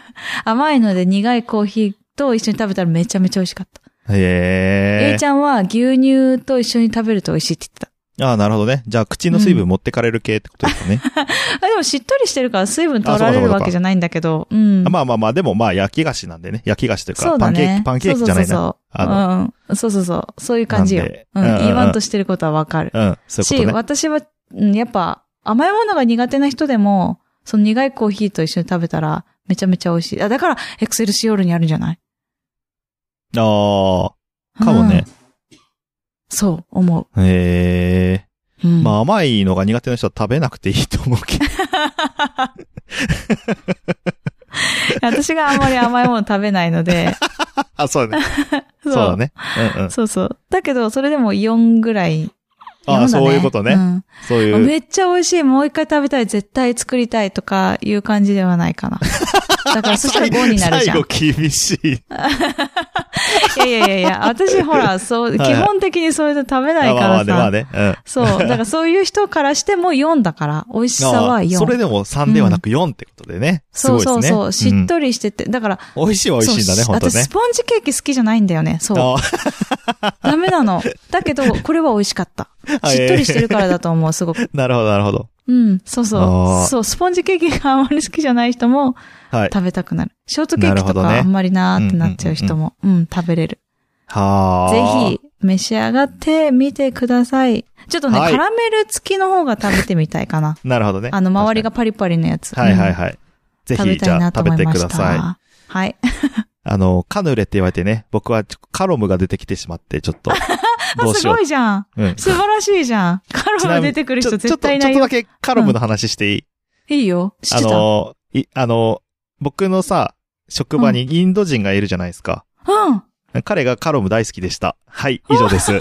[SPEAKER 2] 甘いので苦いコーヒーと一緒に食べたらめちゃめちゃ美味しかった。
[SPEAKER 1] へ
[SPEAKER 2] A ちゃんは牛乳と一緒に食べると美味しいって言って
[SPEAKER 1] え。ああ、なるほどね。じゃあ、口の水分持ってかれる系ってことですか ね。
[SPEAKER 2] た。あ、でもしっとりしてるから水分取ら
[SPEAKER 1] あそ
[SPEAKER 2] れ
[SPEAKER 1] うかそう
[SPEAKER 2] る
[SPEAKER 1] か
[SPEAKER 2] わけじゃないんだけど、うん。
[SPEAKER 1] まあまあまあ、でもまあ、焼き菓子なんでね。焼き菓子という
[SPEAKER 2] そ
[SPEAKER 1] か、
[SPEAKER 2] う
[SPEAKER 1] パ
[SPEAKER 2] だ
[SPEAKER 1] ンケー
[SPEAKER 2] ね
[SPEAKER 1] キ、。パンケーキじゃないな。
[SPEAKER 2] そうそう
[SPEAKER 1] あ
[SPEAKER 2] そううん。そうそうそう。そういう感じよ。
[SPEAKER 1] な
[SPEAKER 2] うん
[SPEAKER 1] で
[SPEAKER 2] ん。
[SPEAKER 1] うんうんうん
[SPEAKER 2] 言わんとしてることはわかる。
[SPEAKER 1] うん、そういう
[SPEAKER 2] し、
[SPEAKER 1] ことね。
[SPEAKER 2] 私は、うんやっぱ、甘いものが苦手な人でも、その苦いコーヒーと一緒に食べたら、めちゃめちゃ美味しい。あ、だから、エクセルシオールにあるんじゃない
[SPEAKER 1] ああ、かもね
[SPEAKER 2] うん。そう、思
[SPEAKER 1] へえ。
[SPEAKER 2] う。うん、
[SPEAKER 1] まあ、甘いのが苦手な人は食べなくていいと思うけど。
[SPEAKER 2] 私があんまり甘いもの食べないので。
[SPEAKER 1] あ、そうだね。そ
[SPEAKER 2] そ
[SPEAKER 1] うだ。ね。うんうん。
[SPEAKER 2] そうそう。だけど、それでも4ぐらい。
[SPEAKER 1] ああ、
[SPEAKER 2] 4だね
[SPEAKER 1] そういうことね。
[SPEAKER 2] うん
[SPEAKER 1] そういう。
[SPEAKER 2] めっちゃ美味しい。もう一回食べたい。絶対作りたいとかいう感じではな いかな。だからそしたら5になるじゃん。い
[SPEAKER 1] 最後厳しい。
[SPEAKER 2] やいやいやいや、私ほら、そ
[SPEAKER 1] は
[SPEAKER 2] う、
[SPEAKER 1] い
[SPEAKER 2] 基本的にそれで食べないか
[SPEAKER 1] まあまあ
[SPEAKER 2] ら
[SPEAKER 1] ね、まあ
[SPEAKER 2] さ。
[SPEAKER 1] ね。うん。
[SPEAKER 2] そう。だからそういう人からしても4だから、美味しさは4。
[SPEAKER 1] それでも3ではなく4ってことでね。す
[SPEAKER 2] そ
[SPEAKER 1] ごいうです
[SPEAKER 2] そ
[SPEAKER 1] ね。
[SPEAKER 2] うそう、しっ
[SPEAKER 1] り。
[SPEAKER 2] とりしてて。だから、
[SPEAKER 1] 美味しいは美味しいんだね、
[SPEAKER 2] そう
[SPEAKER 1] 本当
[SPEAKER 2] 私
[SPEAKER 1] ね
[SPEAKER 2] ス。ポンジケーキ好きじゃないんだよね。そう。ダメなの。だけど、これは美味しかった。
[SPEAKER 1] あ
[SPEAKER 2] しっとりしてるからだと思う、す ごく。
[SPEAKER 1] えーなるほど、なるほど。
[SPEAKER 2] うん、そう
[SPEAKER 1] あ
[SPEAKER 2] そ
[SPEAKER 1] ー
[SPEAKER 2] う。そう、スポンジケーキがあんまり好きじゃない人も
[SPEAKER 1] はい。
[SPEAKER 2] 食べたくなる。ショートケーキ
[SPEAKER 1] なる
[SPEAKER 2] と
[SPEAKER 1] ほど
[SPEAKER 2] か
[SPEAKER 1] ね
[SPEAKER 2] あんまりなーってなっちゃう人も、うん、食べれる。
[SPEAKER 1] はあ。
[SPEAKER 2] ぜひ、召し上がってみてください。ちょっとね、
[SPEAKER 1] はい
[SPEAKER 2] カラメル付きの方が食べてみたいかな。
[SPEAKER 1] ひ。なるほどね。
[SPEAKER 2] あの、周りがパリパリのやつ。
[SPEAKER 1] 確かに。はいはい
[SPEAKER 2] うん
[SPEAKER 1] はい。ぜ
[SPEAKER 2] 食べ
[SPEAKER 1] ひ、じ
[SPEAKER 2] たい
[SPEAKER 1] ゃあ
[SPEAKER 2] なと
[SPEAKER 1] 食べ
[SPEAKER 2] 思
[SPEAKER 1] て
[SPEAKER 2] いま
[SPEAKER 1] く
[SPEAKER 2] し
[SPEAKER 1] ださい。
[SPEAKER 2] た。はい。
[SPEAKER 1] あの、カヌレって言われてね、僕はカロムが出てきてしまって、ちょっ と、どうし
[SPEAKER 2] す
[SPEAKER 1] よ
[SPEAKER 2] ごいじゃん。
[SPEAKER 1] う。うん。
[SPEAKER 2] 素晴らしいじゃん。カロム出てくる人
[SPEAKER 1] ちょ
[SPEAKER 2] 絶対い
[SPEAKER 1] ちょ
[SPEAKER 2] な
[SPEAKER 1] っ
[SPEAKER 2] い
[SPEAKER 1] と、ちょっ。とだ
[SPEAKER 2] よ
[SPEAKER 1] けカロムの話していい
[SPEAKER 2] いいよ。知
[SPEAKER 1] あ
[SPEAKER 2] ってた。
[SPEAKER 1] の、い、あの、僕のさ、職場にインド人がいるじゃないですか。
[SPEAKER 2] うん。
[SPEAKER 1] 彼がカロム大好きでした。はい、以上です。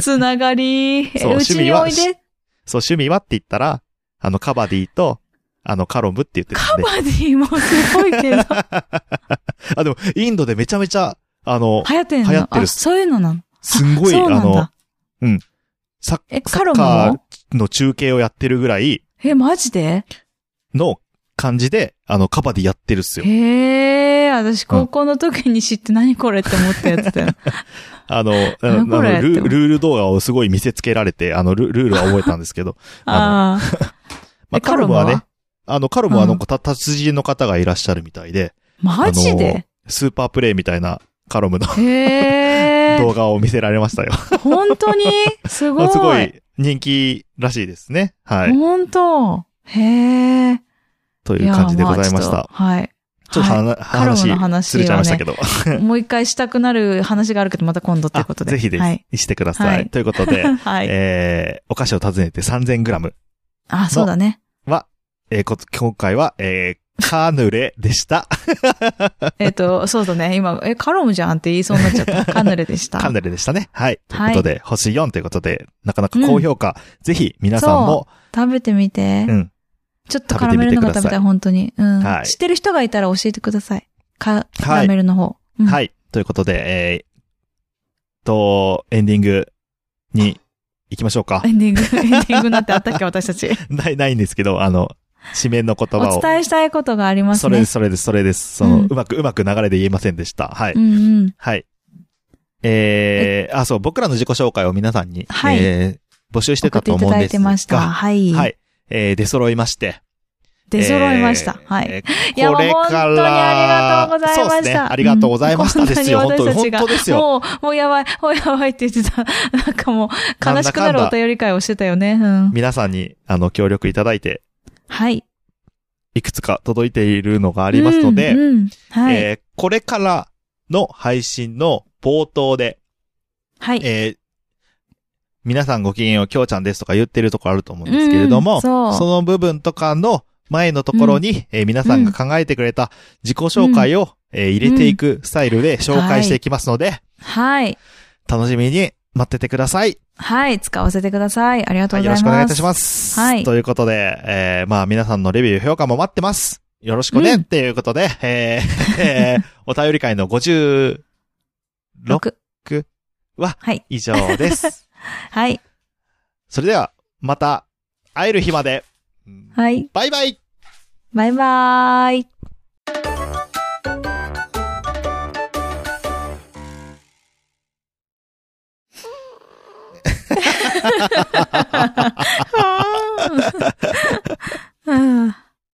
[SPEAKER 2] つながり。
[SPEAKER 1] そう
[SPEAKER 2] えう
[SPEAKER 1] 趣
[SPEAKER 2] ち
[SPEAKER 1] 味
[SPEAKER 2] に
[SPEAKER 1] は
[SPEAKER 2] おいで。
[SPEAKER 1] そう、趣味はって言ったら、あの、カバディと、あの、カロムって言ってるんで。
[SPEAKER 2] バディもすごい けど、
[SPEAKER 1] あ、でも、インドでめちゃめちゃ、あの、
[SPEAKER 2] 流行ってんの
[SPEAKER 1] 流行ってる
[SPEAKER 2] あ、そういうのなの
[SPEAKER 1] すんごい、
[SPEAKER 2] そう
[SPEAKER 1] あ
[SPEAKER 2] なん
[SPEAKER 1] の
[SPEAKER 2] だ、。
[SPEAKER 1] サ
[SPEAKER 2] え
[SPEAKER 1] ッサ
[SPEAKER 2] カロ
[SPEAKER 1] ッ
[SPEAKER 2] ムも
[SPEAKER 1] カーの中継をやってるぐらい
[SPEAKER 2] え、マジで
[SPEAKER 1] の感じで、あの、カバディやってるっすよ。
[SPEAKER 2] へえ、私高校の時に知って何これって思ったやつだ よ。
[SPEAKER 1] あの、あ
[SPEAKER 2] れ
[SPEAKER 1] のあのル
[SPEAKER 2] って思う
[SPEAKER 1] ルール動画をすごい見せつけられて、あの、ルルールは覚えたんですけど。
[SPEAKER 2] ああ。
[SPEAKER 1] まあ、
[SPEAKER 2] え
[SPEAKER 1] カロムは
[SPEAKER 2] カ
[SPEAKER 1] ね
[SPEAKER 2] ロムは、
[SPEAKER 1] あの、カロムはなんか、た、達人の方がいらっしゃるみたいで、
[SPEAKER 2] マジで
[SPEAKER 1] スーパープレイみたいなカロムの
[SPEAKER 2] へえ、
[SPEAKER 1] 動画を見せられましたよ。
[SPEAKER 2] 本当に すごい。
[SPEAKER 1] すごい人気らしいですね。はい。
[SPEAKER 2] 本当へえ。
[SPEAKER 1] という感じでございまし
[SPEAKER 2] や
[SPEAKER 1] た。
[SPEAKER 2] ああはい。
[SPEAKER 1] ちょっとはな
[SPEAKER 2] カロムの話
[SPEAKER 1] 話、ずれちゃいましたけど。
[SPEAKER 2] もう一回したくなる話があるけど、また今度ということで。
[SPEAKER 1] ぜひで
[SPEAKER 2] はい。
[SPEAKER 1] す。してくださ。
[SPEAKER 2] はいい
[SPEAKER 1] ということ で、
[SPEAKER 2] はい。
[SPEAKER 1] えー、お菓子を訪ねて 3000g
[SPEAKER 2] あ、そうだね。
[SPEAKER 1] は、えーこ、今回は、えー、カヌレでした。
[SPEAKER 2] えっと、そうだね。今、え、カロムじゃんって言いそうになっちゃった。 カヌレでした。
[SPEAKER 1] カヌレでしたね。はい。ということで、星4ということで、なかなか高評価。ぜひ、皆さんも、
[SPEAKER 2] 食べてみて。
[SPEAKER 1] うん。
[SPEAKER 2] ちょっとカラメルのが食べたい、本当に。うん、
[SPEAKER 1] はい
[SPEAKER 2] 知ってる人がいたら教えてください。カカ
[SPEAKER 1] はい
[SPEAKER 2] ラメルの方。うん
[SPEAKER 1] はい。ということで、えー、と、エンディングに行きましょうか
[SPEAKER 2] エ。ンディング、エンディングなんてあったっけ、私たち。
[SPEAKER 1] ない、ないんですけど、あの、締めの言葉
[SPEAKER 2] お
[SPEAKER 1] を。
[SPEAKER 2] 伝えしたいことがありますね。
[SPEAKER 1] それです、それです、それです。その、う
[SPEAKER 2] うん
[SPEAKER 1] まく、うまく流れで言えませんでした。はい。
[SPEAKER 2] うんうん。
[SPEAKER 1] はい。えー、あ、そう、僕らの自己紹介を皆さんに、
[SPEAKER 2] はい
[SPEAKER 1] えー募集して
[SPEAKER 2] 送
[SPEAKER 1] た
[SPEAKER 2] って
[SPEAKER 1] と
[SPEAKER 2] い
[SPEAKER 1] 思
[SPEAKER 2] た
[SPEAKER 1] うん
[SPEAKER 2] だ
[SPEAKER 1] で
[SPEAKER 2] い
[SPEAKER 1] す
[SPEAKER 2] て
[SPEAKER 1] が、
[SPEAKER 2] ました。はい。
[SPEAKER 1] はい。えー、出揃いまして。
[SPEAKER 2] 出揃いました。
[SPEAKER 1] えー
[SPEAKER 2] はい。
[SPEAKER 1] えー
[SPEAKER 2] いや、も
[SPEAKER 1] こ
[SPEAKER 2] う
[SPEAKER 1] れ
[SPEAKER 2] 本
[SPEAKER 1] から
[SPEAKER 2] 当にありがとうございました。
[SPEAKER 1] そうですね。ありがとうございましたですよ。
[SPEAKER 2] うん
[SPEAKER 1] 本当に、本当ですよ。
[SPEAKER 2] もう、もうやばい、もうやばいって言ってた。なんかもう、悲しくなるお便り会をしてたよね。うん。
[SPEAKER 1] 皆さんに、あの、協力いただいて、
[SPEAKER 2] はい。
[SPEAKER 1] いくつか届いているのがあ
[SPEAKER 2] あ
[SPEAKER 1] りますので、
[SPEAKER 2] うん、うんはい。
[SPEAKER 1] えーこれからの配信の冒頭で、
[SPEAKER 2] はい。
[SPEAKER 1] えー皆さんごきげんよう、きょうちゃんですとか言ってるとこあると思うんですけれども、
[SPEAKER 2] うんそう
[SPEAKER 1] の部分とかの前のところに、えー皆さんが考えてくれた自己紹介を、えー入れていくスタイルで紹介していきますので、
[SPEAKER 2] はい。
[SPEAKER 1] 楽しみに待っててください。
[SPEAKER 2] はい。使わせてください。ありがと
[SPEAKER 1] は
[SPEAKER 2] う
[SPEAKER 1] い、
[SPEAKER 2] ござい
[SPEAKER 1] よろし
[SPEAKER 2] ます。
[SPEAKER 1] くお願いいたします。
[SPEAKER 2] はい
[SPEAKER 1] ということで、えーまあ皆さんのレビュー評価も待ってます。よろしくね、
[SPEAKER 2] うん
[SPEAKER 1] っていうことで、えーえーお便り会の56
[SPEAKER 2] 六
[SPEAKER 1] は
[SPEAKER 2] はい。
[SPEAKER 1] 以上 です。
[SPEAKER 2] はい。
[SPEAKER 1] それでは、また会える日まで。
[SPEAKER 2] はい。
[SPEAKER 1] バイバイ
[SPEAKER 2] バイバーイ。